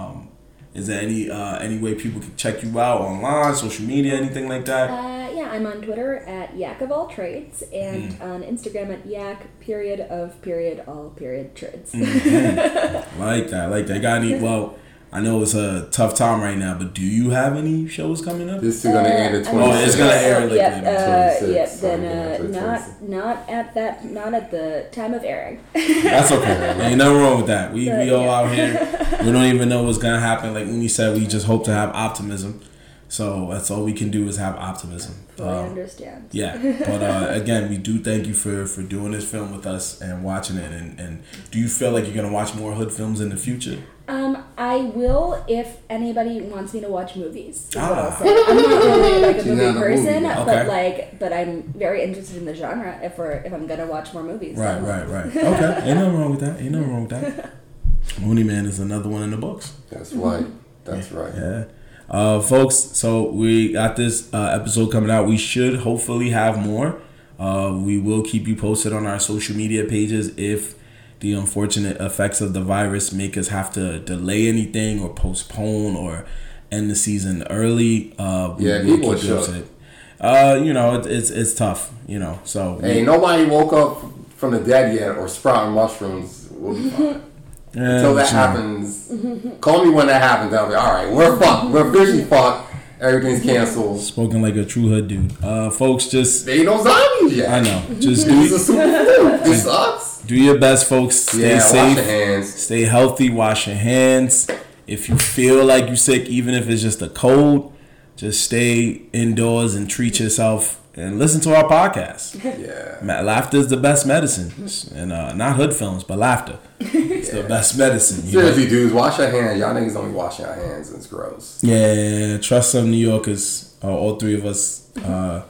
Speaker 1: is there any uh, any way people can check you out online, social media, anything like that?
Speaker 3: Uh, yeah, I'm on Twitter at Yak of All Trades and on Instagram at Yak period of period all period trades.
Speaker 1: Like that, like that. Got any? Well, I know it's a tough time right now, but do you have any shows coming up?
Speaker 2: This is gonna end at
Speaker 3: Uh,
Speaker 2: 26.
Speaker 1: Oh, it's gonna air like
Speaker 3: yeah,
Speaker 1: later,
Speaker 3: uh,
Speaker 2: 26,
Speaker 3: yeah,
Speaker 2: something
Speaker 3: then uh,
Speaker 2: like that,
Speaker 3: not not at that not at the time of airing.
Speaker 1: That's okay. Ain't nothing wrong with that. We we
Speaker 3: But,
Speaker 1: all
Speaker 3: yeah.
Speaker 1: out here. We don't even know what's gonna happen. Like Uni said, we just hope to have optimism. So that's all we can do is have optimism.
Speaker 3: I
Speaker 1: Um,
Speaker 3: understand.
Speaker 1: Yeah, but uh, again, we do thank you for for doing this film with us and watching it. And, and do you feel like you're gonna watch more hood films in the future?
Speaker 3: Um, I I will if anybody wants me to watch movies. is what I'll
Speaker 1: Ah.
Speaker 3: say. I'm not really like a
Speaker 2: She's
Speaker 3: movie
Speaker 2: not a movie
Speaker 3: person,
Speaker 2: guy.
Speaker 3: but
Speaker 1: Okay.
Speaker 3: like, but I'm very interested in the genre. If we're if I'm gonna watch more movies, so-
Speaker 1: Right, right, right. Okay, ain't nothing wrong with that. Ain't nothing wrong with that. Mooney Man is another one in the books.
Speaker 2: That's right. That's right.
Speaker 1: Yeah. Uh, folks, so we got this uh, episode coming out. We should hopefully have more. Uh, we will keep you posted on our social media pages if the unfortunate effects of the virus make us have to delay anything or postpone or end the season early. Uh, we
Speaker 2: Yeah,
Speaker 1: will
Speaker 2: people
Speaker 1: keep you
Speaker 2: shook.
Speaker 1: updated. Uh, you know, it, it's it's tough. You know, so we-
Speaker 2: Hey, nobody woke up from the dead yet or sprouting mushrooms. We'll be fine.
Speaker 1: yeah, but
Speaker 2: Until that
Speaker 1: you know.
Speaker 2: happens, call me when that happens. I'll be all right. We're fucked. We're officially fucked. Everything's canceled.
Speaker 1: Spoken like a true hood dude. Uh, folks, just
Speaker 2: There ain't no zombies yet.
Speaker 1: I know, just
Speaker 2: It's
Speaker 1: do,
Speaker 2: a super food. It sucks.
Speaker 1: do your best, folks. Stay
Speaker 2: Yeah, wash
Speaker 1: safe.
Speaker 2: your hands.
Speaker 1: Stay healthy, wash your hands. If you feel like you're sick, even if it's just a cold, just stay indoors and treat yourself and listen to our podcast.
Speaker 2: Yeah.
Speaker 1: Ma- Laughter is the best medicine. And uh, not hood films, but laughter. It's the best medicine. You know?
Speaker 2: Seriously, dudes, wash your hands. Y'all niggas only washing your hands. It's gross.
Speaker 1: Yeah, trust some New Yorkers, uh, all three of us. Uh,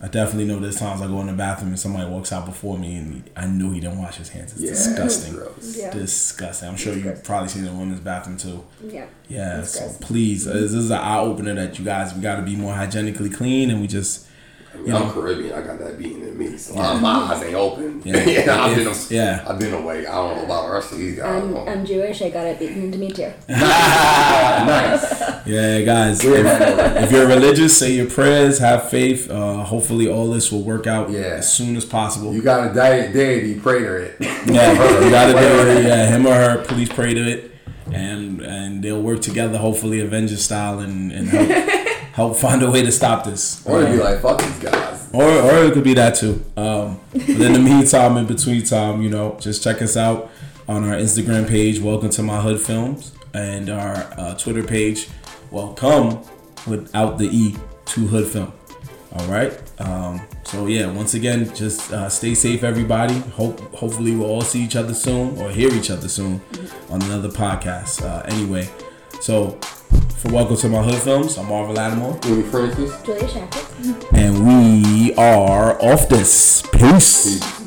Speaker 1: I definitely know there's times I go in the bathroom and somebody walks out before me and I know he didn't wash his hands. It's
Speaker 2: Yeah, it's
Speaker 1: disgusting.
Speaker 2: gross.
Speaker 3: Yeah.
Speaker 1: Disgusting. I'm sure you've probably seen it in the women's bathroom too.
Speaker 3: Yeah.
Speaker 1: Yeah,
Speaker 3: That's
Speaker 1: so
Speaker 3: gross.
Speaker 1: please, uh, this is an eye opener that you guys, we got to be more hygienically clean and we just,
Speaker 2: I mean, I'm Caribbean. I got that beating in me. So my eyes ain't open.
Speaker 1: Yeah.
Speaker 2: Yeah, I've been.
Speaker 1: Yeah.
Speaker 2: I've been away. I don't know about the rest of these guys.
Speaker 3: I'm, I'm Jewish. I got it beaten into me too.
Speaker 2: nice.
Speaker 1: yeah, guys,
Speaker 2: We're
Speaker 1: if,
Speaker 2: not away.
Speaker 1: if you're religious, say your prayers, have faith. Uh, hopefully, all this will work out
Speaker 2: Yeah.
Speaker 1: as soon as possible.
Speaker 2: You got a diet deity, pray to it.
Speaker 1: Yeah, you gotta do it. Yeah, him or her. Please pray to it, and and they'll work together. Hopefully, Avengers style, and and help, help find a way to stop this.
Speaker 2: Or to be like, fuck these guys.
Speaker 1: or or it could be that too. Um, but in the meantime, in between time, you know, just check us out on our Instagram page. Welcome to my hood films and our uh, Twitter page. Welcome without the e to hood film. All right. Um, so yeah, once again, just uh, stay safe, everybody. Hope hopefully we'll all see each other soon or hear each other soon on another podcast. Uh, anyway, so for welcome to my hood films, I'm Marvel Lattimore
Speaker 2: Doing Francis.
Speaker 3: Julia Shackles.
Speaker 1: and we are off this. Peace.